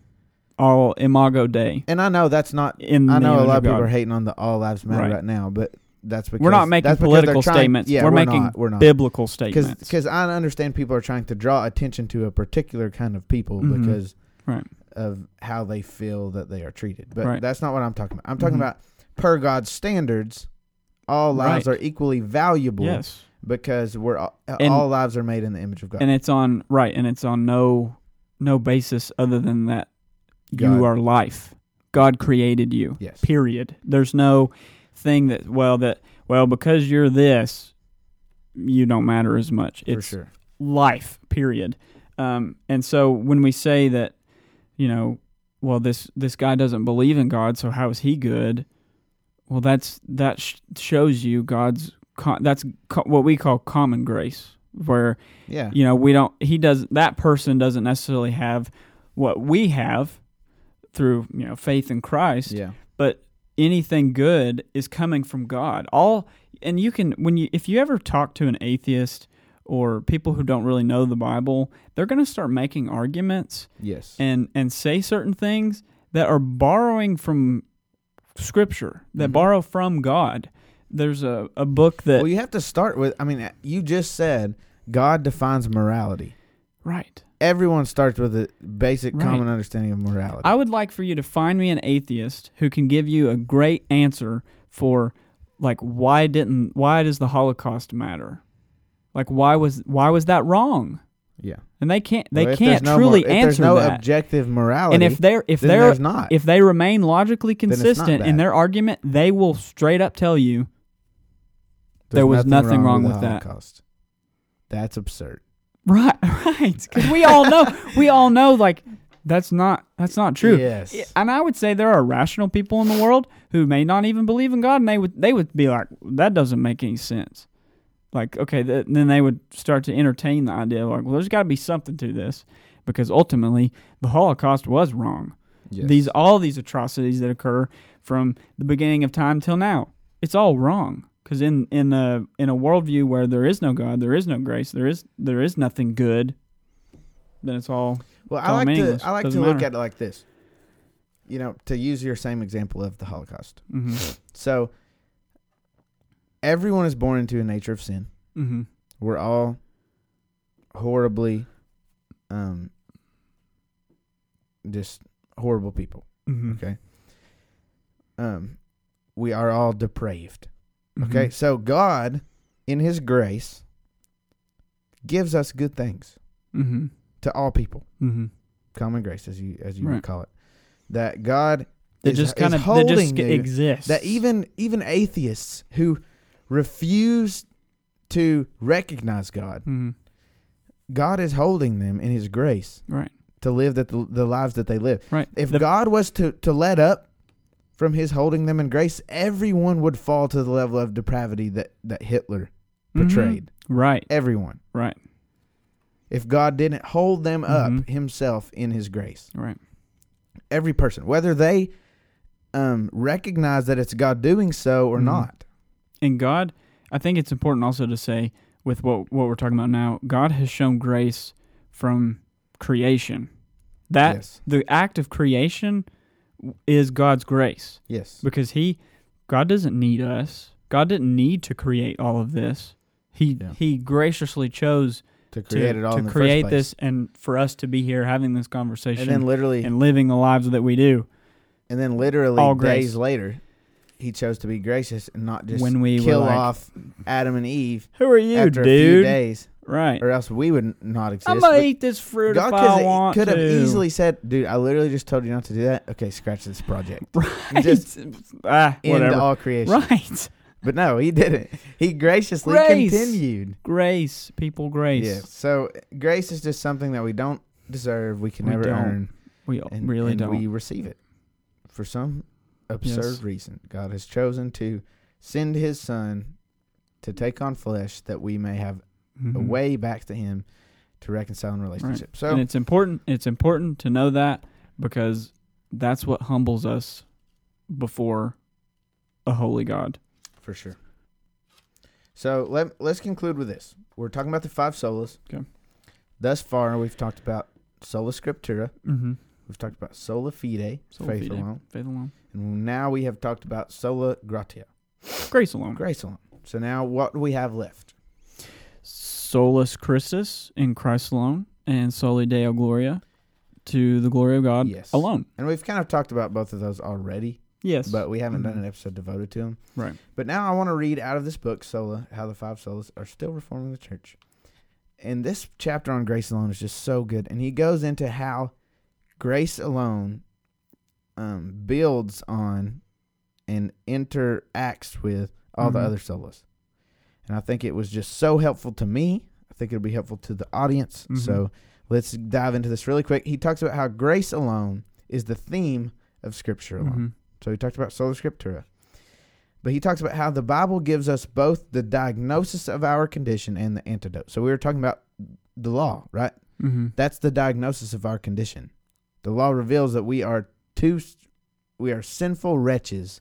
Speaker 2: all imago Dei.
Speaker 1: And I know that's not
Speaker 2: In
Speaker 1: I
Speaker 2: the
Speaker 1: know a
Speaker 2: image
Speaker 1: lot
Speaker 2: of
Speaker 1: of people
Speaker 2: God.
Speaker 1: are hating on the all lives matter right,
Speaker 2: Right.
Speaker 1: now, but that's because
Speaker 2: We're not making
Speaker 1: that's because they're
Speaker 2: political
Speaker 1: trying-
Speaker 2: statements.
Speaker 1: Yeah,
Speaker 2: We're making
Speaker 1: not, we're not.
Speaker 2: biblical
Speaker 1: because
Speaker 2: statements.
Speaker 1: because I understand people are trying to draw attention to a particular kind of people
Speaker 2: Mhm.
Speaker 1: because
Speaker 2: Right.
Speaker 1: of how they feel that they are treated. But
Speaker 2: Right.
Speaker 1: that's not what I'm talking about. I'm talking
Speaker 2: Mhm.
Speaker 1: about per God's standards, all lives
Speaker 2: Right.
Speaker 1: are equally valuable
Speaker 2: yes,
Speaker 1: because we're all,
Speaker 2: And-
Speaker 1: all lives are made in the image of God.
Speaker 2: and it's on right, and it's on no no basis other than that
Speaker 1: God.
Speaker 2: you are life. God created you.
Speaker 1: yes.
Speaker 2: period there's no thing that well that well because you're this you don't matter as much
Speaker 1: For
Speaker 2: it's
Speaker 1: sure.
Speaker 2: life period um, and so when we say that you know well this this guy doesn't believe in god so how is he good well that's that sh- shows you god's co that's co- what we call common grace where
Speaker 1: Yeah.
Speaker 2: you know we don't he does that person doesn't necessarily have what we have through you know faith in christ
Speaker 1: Yeah.
Speaker 2: but anything good is coming from God. All and you can when you if you ever talk to an atheist or people who don't really know the Bible, they're going to start making arguments
Speaker 1: Yes.
Speaker 2: and and say certain things that are borrowing from scripture, that
Speaker 1: Mhm.
Speaker 2: borrow from God. There's a, a book that
Speaker 1: well, you have to start with I mean, you just said God defines morality.
Speaker 2: right.
Speaker 1: Everyone starts with a basic
Speaker 2: Right.
Speaker 1: common understanding of morality.
Speaker 2: I would like for you to find me an atheist who can give you a great answer for like why didn't why does the Holocaust matter? Like why was why was that wrong?
Speaker 1: yeah.
Speaker 2: And they can't they
Speaker 1: Well, if there's
Speaker 2: can't
Speaker 1: no
Speaker 2: truly
Speaker 1: mor- if
Speaker 2: answer
Speaker 1: There's no
Speaker 2: that.
Speaker 1: objective morality.
Speaker 2: and if they're if
Speaker 1: then
Speaker 2: they're
Speaker 1: there's not.
Speaker 2: if they remain logically
Speaker 1: Then it's not
Speaker 2: consistent in
Speaker 1: bad.
Speaker 2: their argument, they will straight up tell you there was nothing wrong with that.
Speaker 1: Holocaust. That's absurd.
Speaker 2: right right cuz we all know we all know like that's not that's not true.
Speaker 1: Yes.
Speaker 2: Yeah, and I would say there are rational people in the world who may not even believe in God, and they would they would be like, that doesn't make any sense. Like, okay, th- then they would start to entertain the idea of like, well, there's got to be something to this, because ultimately the Holocaust was wrong.
Speaker 1: Yes.
Speaker 2: These all these atrocities that occur from the beginning of time till now, it's all wrong. Because in in a in a worldview where there is no God, there is no grace, there is there is nothing good, then it's all
Speaker 1: Well,
Speaker 2: it's
Speaker 1: I
Speaker 2: all
Speaker 1: like to
Speaker 2: meaningless.
Speaker 1: I like
Speaker 2: Doesn't
Speaker 1: to look
Speaker 2: matter.
Speaker 1: at it like this. You know, to use your same example of the Holocaust.
Speaker 2: hmm
Speaker 1: So everyone is born into a nature of sin.
Speaker 2: hmm
Speaker 1: We're all horribly um just horrible people.
Speaker 2: hmm
Speaker 1: Okay. Um we are all depraved. Okay,
Speaker 2: Mm-hmm.
Speaker 1: so God, in His grace, gives us good things
Speaker 2: hmm
Speaker 1: to all people.
Speaker 2: Mm-hmm.
Speaker 1: Common grace, as you as you would
Speaker 2: Right.
Speaker 1: call it, that God
Speaker 2: That
Speaker 1: is-
Speaker 2: just
Speaker 1: is
Speaker 2: kind of that
Speaker 1: holding
Speaker 2: just
Speaker 1: you,
Speaker 2: exists.
Speaker 1: that even even atheists who refuse to recognize God,
Speaker 2: hmm
Speaker 1: God is holding them in His grace
Speaker 2: right,
Speaker 1: to live that the, the lives that they live.
Speaker 2: right.
Speaker 1: If
Speaker 2: The-
Speaker 1: God was to to let up from His holding them in grace, everyone would fall to the level of depravity that that Hitler
Speaker 2: Mhm.
Speaker 1: portrayed.
Speaker 2: Right,
Speaker 1: Everyone.
Speaker 2: right,
Speaker 1: if God didn't hold them up
Speaker 2: Mhm.
Speaker 1: himself in his grace.
Speaker 2: right.
Speaker 1: Every person, whether they um, recognize that it's God doing so or
Speaker 2: Mhm.
Speaker 1: not.
Speaker 2: And God, I think it's important also to say with what what we're talking about now, God has shown grace from creation. That
Speaker 1: yes.
Speaker 2: the act of creation is God's grace
Speaker 1: Yes.
Speaker 2: because he God doesn't need us. God didn't need to create all of this. He
Speaker 1: Yeah.
Speaker 2: he graciously chose
Speaker 1: To
Speaker 2: to,
Speaker 1: create it all
Speaker 2: to
Speaker 1: in the
Speaker 2: create
Speaker 1: first place.
Speaker 2: this and for us to be here having this conversation
Speaker 1: And then literally
Speaker 2: and living the lives that we do
Speaker 1: and then literally
Speaker 2: all grace.
Speaker 1: days later he chose to be gracious and not just
Speaker 2: when we were
Speaker 1: kill
Speaker 2: like,
Speaker 1: off Adam and Eve
Speaker 2: Who are you,
Speaker 1: after a few
Speaker 2: dude?
Speaker 1: days
Speaker 2: right.
Speaker 1: or else we would n- not exist.
Speaker 2: I'm
Speaker 1: But
Speaker 2: gonna eat this fruit
Speaker 1: God
Speaker 2: if I
Speaker 1: could
Speaker 2: want
Speaker 1: could have
Speaker 2: to.
Speaker 1: e-, easily said, "Dude, I literally just told you not to do that." Okay, scratch this project.
Speaker 2: right.
Speaker 1: just
Speaker 2: ah,
Speaker 1: End
Speaker 2: whatever.
Speaker 1: all creation.
Speaker 2: Right.
Speaker 1: But no, he didn't. He graciously
Speaker 2: Grace.
Speaker 1: continued.
Speaker 2: Grace, people, grace.
Speaker 1: Yeah. So grace is just something that we don't deserve. We can
Speaker 2: We
Speaker 1: never
Speaker 2: don't.
Speaker 1: earn.
Speaker 2: We
Speaker 1: And,
Speaker 2: really
Speaker 1: and
Speaker 2: don't.
Speaker 1: We receive it for some absurd
Speaker 2: Yes.
Speaker 1: reason. God has chosen to send His Son to take on flesh that we may have a
Speaker 2: Mhm.
Speaker 1: way back to Him to reconcile in relationship. So
Speaker 2: and it's important. It's important to know that because that's what humbles us before a holy God.
Speaker 1: For sure. So let let's conclude with this. We're talking about the five solas.
Speaker 2: Okay.
Speaker 1: Thus far, we've talked about sola scriptura.
Speaker 2: Mm-hmm.
Speaker 1: We've talked about sola fide,
Speaker 2: Sola
Speaker 1: faith
Speaker 2: fide.
Speaker 1: alone,
Speaker 2: Faith alone,
Speaker 1: and now we have talked about sola gratia,
Speaker 2: grace alone.
Speaker 1: grace alone. So now, what do we have left?
Speaker 2: Solus Christus in Christ alone, and Soli Deo Gloria to the glory of God
Speaker 1: Yes.
Speaker 2: alone.
Speaker 1: And we've kind of talked about both of those already,
Speaker 2: Yes,
Speaker 1: but we haven't done
Speaker 2: Mhm.
Speaker 1: an episode devoted to them.
Speaker 2: Right.
Speaker 1: But now I want to read out of this book, Sola, how the five solas are still reforming the church. And this chapter on grace alone is just so good. And he goes into how grace alone um, builds on and interacts with all the
Speaker 2: Mhm.
Speaker 1: other solas. And I think it was just so helpful to me. I think it'll be helpful to the audience.
Speaker 2: Mhm.
Speaker 1: So let's dive into this really quick. He talks about how grace alone is the theme of Scripture alone.
Speaker 2: Mhm.
Speaker 1: So he talked about sola scriptura. But he talks about how the Bible gives us both the diagnosis of our condition and the antidote. So we were talking about the law, right?
Speaker 2: Mhm.
Speaker 1: That's the diagnosis of our condition. The law reveals that we are two we are sinful wretches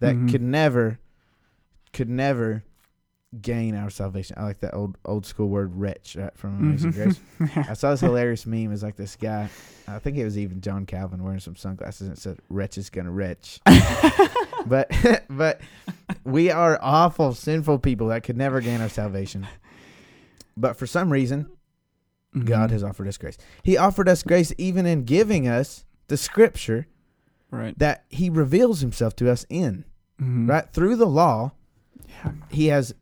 Speaker 1: that
Speaker 2: Mhm.
Speaker 1: could never could never gain our salvation. I like that old old school word wretch right, from Amazing
Speaker 2: Mhm.
Speaker 1: Grace. I saw this hilarious meme. It's like this guy. I think it was even John Calvin wearing some sunglasses and it said, "Wretch is gonna wretch." but but we are awful, sinful people that could never gain our salvation. But for some reason,
Speaker 2: Mhm.
Speaker 1: God has offered us grace. He offered us grace even in giving us the Scripture
Speaker 2: right,
Speaker 1: that He reveals Himself to us in
Speaker 2: Mhm.
Speaker 1: right through the law.
Speaker 2: Yeah.
Speaker 1: He has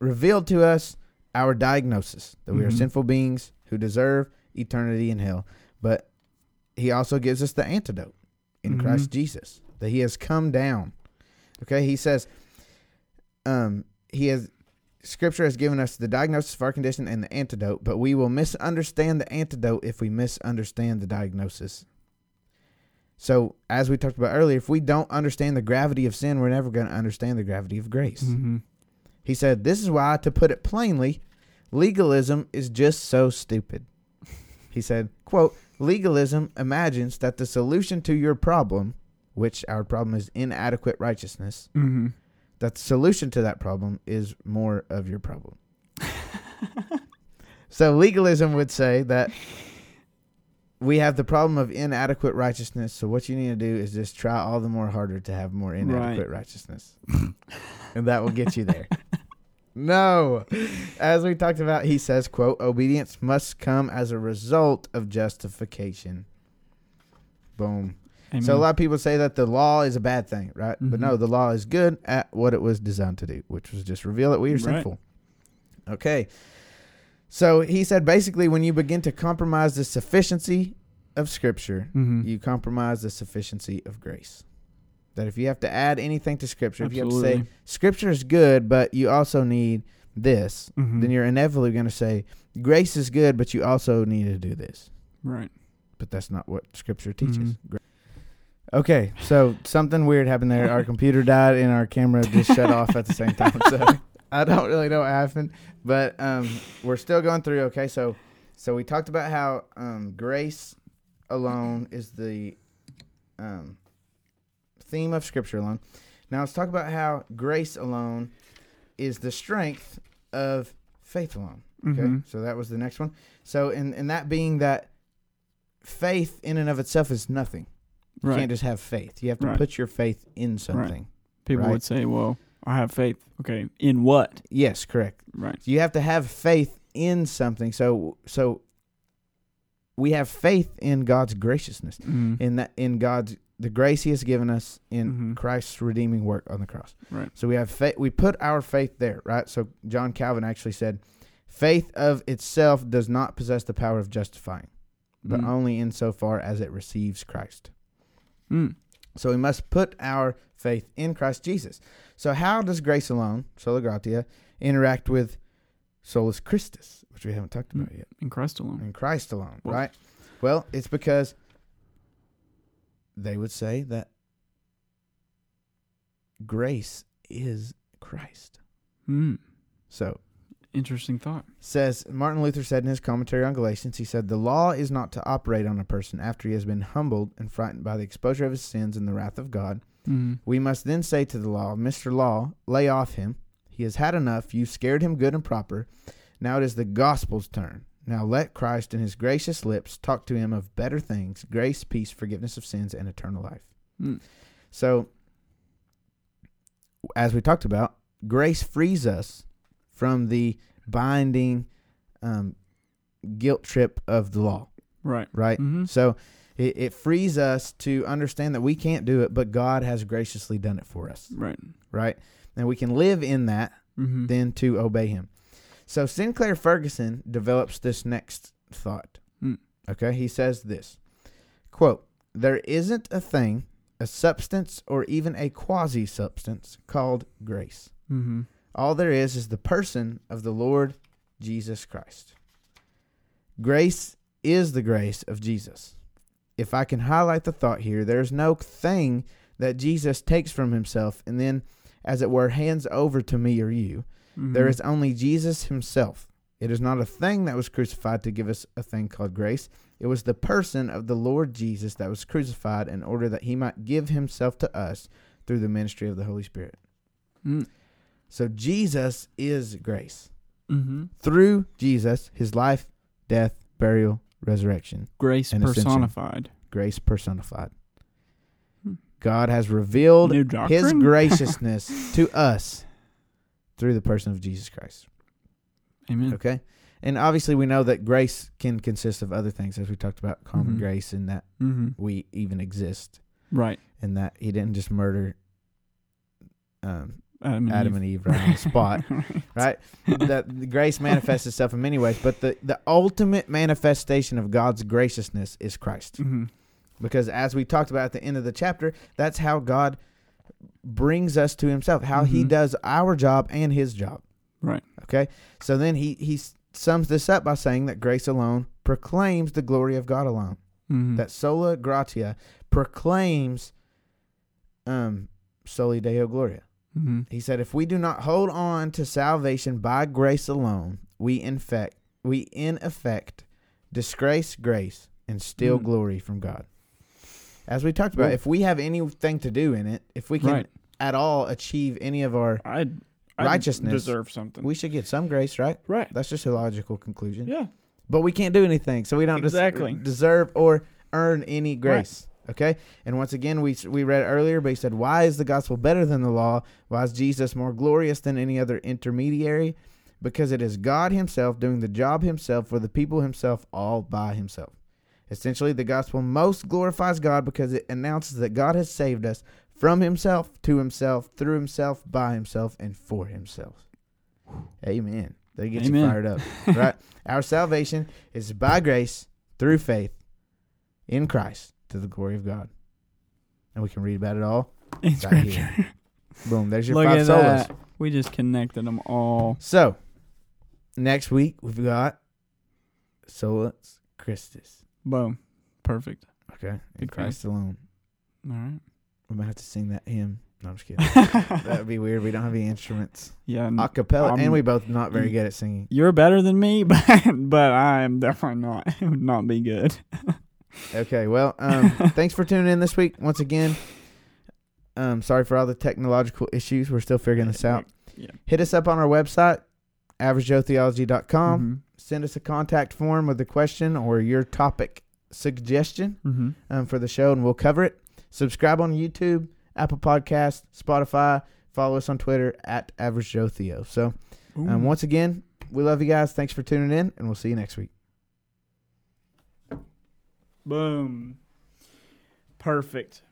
Speaker 1: revealed to us our diagnosis that we are
Speaker 2: Mhm.
Speaker 1: sinful beings who deserve eternity in hell. But He also gives us the antidote in
Speaker 2: Mhm.
Speaker 1: Christ Jesus that He has come down. Okay, He says, um, He has. Scripture has given us the diagnosis of our condition and the antidote, but we will misunderstand the antidote if we misunderstand the diagnosis. So, as we talked about earlier, if we don't understand the gravity of sin, we're never going to understand the gravity of grace.
Speaker 2: Mhm.
Speaker 1: He said, This is why, to put it plainly, legalism is just so stupid. He said, quote, Legalism imagines that the solution to your problem, which our problem is inadequate righteousness,
Speaker 2: Mhm.
Speaker 1: that the solution to that problem is more of your problem. so legalism would say that we have the problem of inadequate righteousness, so what you need to do is just try all the more harder to have more inadequate righteousness. and that will get you there. No. As we talked about, he says, quote, obedience must come as a result of justification. Boom. So a
Speaker 2: Amen.
Speaker 1: lot of people say that the law is a bad thing, right? But
Speaker 2: Mhm.
Speaker 1: no, the law is good at what it was designed to do, which was just reveal that we are
Speaker 2: Right.
Speaker 1: sinful. Okay. So he said basically when you begin to compromise the sufficiency of scripture,
Speaker 2: Mhm.
Speaker 1: you compromise the sufficiency of grace. That if you have to add anything to scripture, if you have to say
Speaker 2: Absolutely.
Speaker 1: scripture is good, but you also need this,
Speaker 2: Mhm.
Speaker 1: then you're inevitably going to say grace is good, but you also need to do this.
Speaker 2: right.
Speaker 1: But that's not what scripture teaches.
Speaker 2: Mhm.
Speaker 1: Gra- Okay, so something weird happened there. Our computer died and our camera just shut off at the same time. So I don't really know what happened, but um, we're still going through. Okay, so so we talked about how um, grace alone is the um, theme of Scripture alone. Now let's talk about how grace alone is the strength of faith alone. Okay,
Speaker 2: Mhm.
Speaker 1: so that was the next one. So, and and that being that faith in and of itself is nothing. You
Speaker 2: Right.
Speaker 1: can't just have faith. You have to
Speaker 2: Right.
Speaker 1: put your faith in something.
Speaker 2: People
Speaker 1: right.
Speaker 2: would say, well, I have faith. Okay. In what?
Speaker 1: Yes, correct.
Speaker 2: Right.
Speaker 1: You have to have faith in something. So, so we have faith in God's graciousness,
Speaker 2: Mm.
Speaker 1: in that, in God's the grace He has given us in
Speaker 2: Mhm.
Speaker 1: Christ's redeeming work on the cross.
Speaker 2: Right.
Speaker 1: So we have faith. We put our faith there, right? So John Calvin actually said, "Faith of itself does not possess the power of justifying, but
Speaker 2: Mm.
Speaker 1: only insofar as it receives Christ."
Speaker 2: Mm.
Speaker 1: So we must put our faith in Christ Jesus. So how does grace alone, sola gratia, interact with solus Christus, which we haven't talked about yet,
Speaker 2: In Christ alone.
Speaker 1: and Christ alone,
Speaker 2: Well-
Speaker 1: right? Well, it's because they would say that grace is Christ.
Speaker 2: Mm.
Speaker 1: So
Speaker 2: Interesting thought.
Speaker 1: says Martin Luther said in his commentary on Galatians, he said, The law is not to operate on a person after he has been humbled and frightened by the exposure of his sins and the wrath of God.
Speaker 2: Mm.
Speaker 1: We must then say to the law, Mr. Law, lay off him. He has had enough. You scared him good and proper. Now it is the gospel's turn. Now let Christ and his gracious lips talk to him of better things grace, peace, forgiveness of sins, and eternal life.
Speaker 2: Mm.
Speaker 1: So, as we talked about, grace frees us from the binding um, guilt trip of the law,
Speaker 2: Right.
Speaker 1: right?
Speaker 2: Mm-hmm.
Speaker 1: So it, it frees us to understand that we can't do it, but God has graciously done it for us,
Speaker 2: Right.
Speaker 1: right? And we can live in that
Speaker 2: Mm-hmm.
Speaker 1: then to obey Him. So Sinclair Ferguson develops this next thought.
Speaker 2: Hmm.
Speaker 1: Okay, he says this quote, There isn't a thing, a substance, or even a quasi substance called grace.
Speaker 2: mm-hmm.
Speaker 1: All there is is the person of the Lord Jesus Christ. Grace is the grace of Jesus. If I can highlight the thought here, there's no thing that Jesus takes from himself and then, as it were, hands over to me or you.
Speaker 2: Mm-hmm.
Speaker 1: There is only Jesus himself. It is not a thing that was crucified to give us a thing called grace. It was the person of the Lord Jesus that was crucified in order that he might give himself to us through the ministry of the Holy Spirit.
Speaker 2: Mm-hmm.
Speaker 1: So Jesus is grace.
Speaker 2: Mm-hmm.
Speaker 1: Through Jesus, his life, death, burial, resurrection,
Speaker 2: Grace
Speaker 1: An ascension.
Speaker 2: personified.
Speaker 1: grace personified.
Speaker 2: Hmm.
Speaker 1: God has revealed
Speaker 2: New doctrine.
Speaker 1: his graciousness to us through the person of Jesus Christ.
Speaker 2: Amen.
Speaker 1: Okay? And obviously we know that grace can consist of other things as we talked about common
Speaker 2: Mhm.
Speaker 1: grace and that
Speaker 2: Mm-hmm.
Speaker 1: we even exist
Speaker 2: Right.
Speaker 1: and that he didn't just murder um,
Speaker 2: Adam and
Speaker 1: Adam
Speaker 2: Eve.
Speaker 1: and Eve right on the spot. right? that the grace manifests itself in many ways, but the, the ultimate manifestation of God's graciousness is Christ.
Speaker 2: mm-hmm.
Speaker 1: Because as we talked about at the end of the chapter, that's how God brings us to himself, how he
Speaker 2: Mhm.
Speaker 1: does our job and his job.
Speaker 2: Right.
Speaker 1: Okay? So then he he s- sums this up by saying that grace alone proclaims the glory of God alone.
Speaker 2: Mm-hmm.
Speaker 1: That sola gratia proclaims um soli deo gloria.
Speaker 2: mm-hmm.
Speaker 1: He said, if we do not hold on to salvation by grace alone, we in fact, we in effect disgrace grace and steal
Speaker 2: Mm.
Speaker 1: glory from God. As we talked about,
Speaker 2: Well-
Speaker 1: if we have anything to do in it, if we can
Speaker 2: Right.
Speaker 1: at all achieve any of our,
Speaker 2: I
Speaker 1: Righteousness.
Speaker 2: deserve something.
Speaker 1: we should get some grace, right?
Speaker 2: right.
Speaker 1: That's just a logical conclusion.
Speaker 2: Yeah.
Speaker 1: But we can't do anything, so we don't des-
Speaker 2: Exactly.
Speaker 1: deserve or earn any grace. Okay, and once again, we we read earlier, but he said, "Why is the gospel better than the law? Why is Jesus more glorious than any other intermediary? Because it is God Himself doing the job Himself for the people Himself, all by Himself. Essentially, the gospel most glorifies God because it announces that God has saved us from Himself, to Himself, through Himself, by Himself, and for Himself." Amen. They get you
Speaker 2: Amen.
Speaker 1: fired up, right? Our salvation is by grace through faith in Christ to the glory of God. And we can read about it all.
Speaker 2: In
Speaker 1: Right here.
Speaker 2: scripture.
Speaker 1: Boom, there's your
Speaker 2: Look
Speaker 1: five
Speaker 2: at
Speaker 1: solas.
Speaker 2: that. We just connected them all.
Speaker 1: So, next week we've got Solus Christus.
Speaker 2: Boom. Perfect.
Speaker 1: Okay. In
Speaker 2: Good
Speaker 1: Christ alone.
Speaker 2: All right.
Speaker 1: We might have to sing that hymn. No, I'm just kidding. that would be weird. We don't have any instruments.
Speaker 2: yeah. n-
Speaker 1: A cappella,
Speaker 2: I'm-
Speaker 1: and we both not very good at singing.
Speaker 2: You're better than me, but but I am definitely not. It would not be good.
Speaker 1: Okay, well, um, thanks for tuning in this week. Once again, Um, sorry for all the technological issues. We're still figuring this out.
Speaker 2: Yeah.
Speaker 1: Hit us up on our website, averagejoetheology.com.
Speaker 2: Mhm.
Speaker 1: Send us a contact form with a question or your topic suggestion
Speaker 2: Mhm.
Speaker 1: um, for the show, and we'll cover it. Subscribe on YouTube, Apple Podcasts, Spotify. Follow us on Twitter at Average Joe Theo. So,
Speaker 2: Mm-hmm.
Speaker 1: um, once again, we love you guys. Thanks for tuning in, and we'll see you next week.
Speaker 2: Boom. Perfect.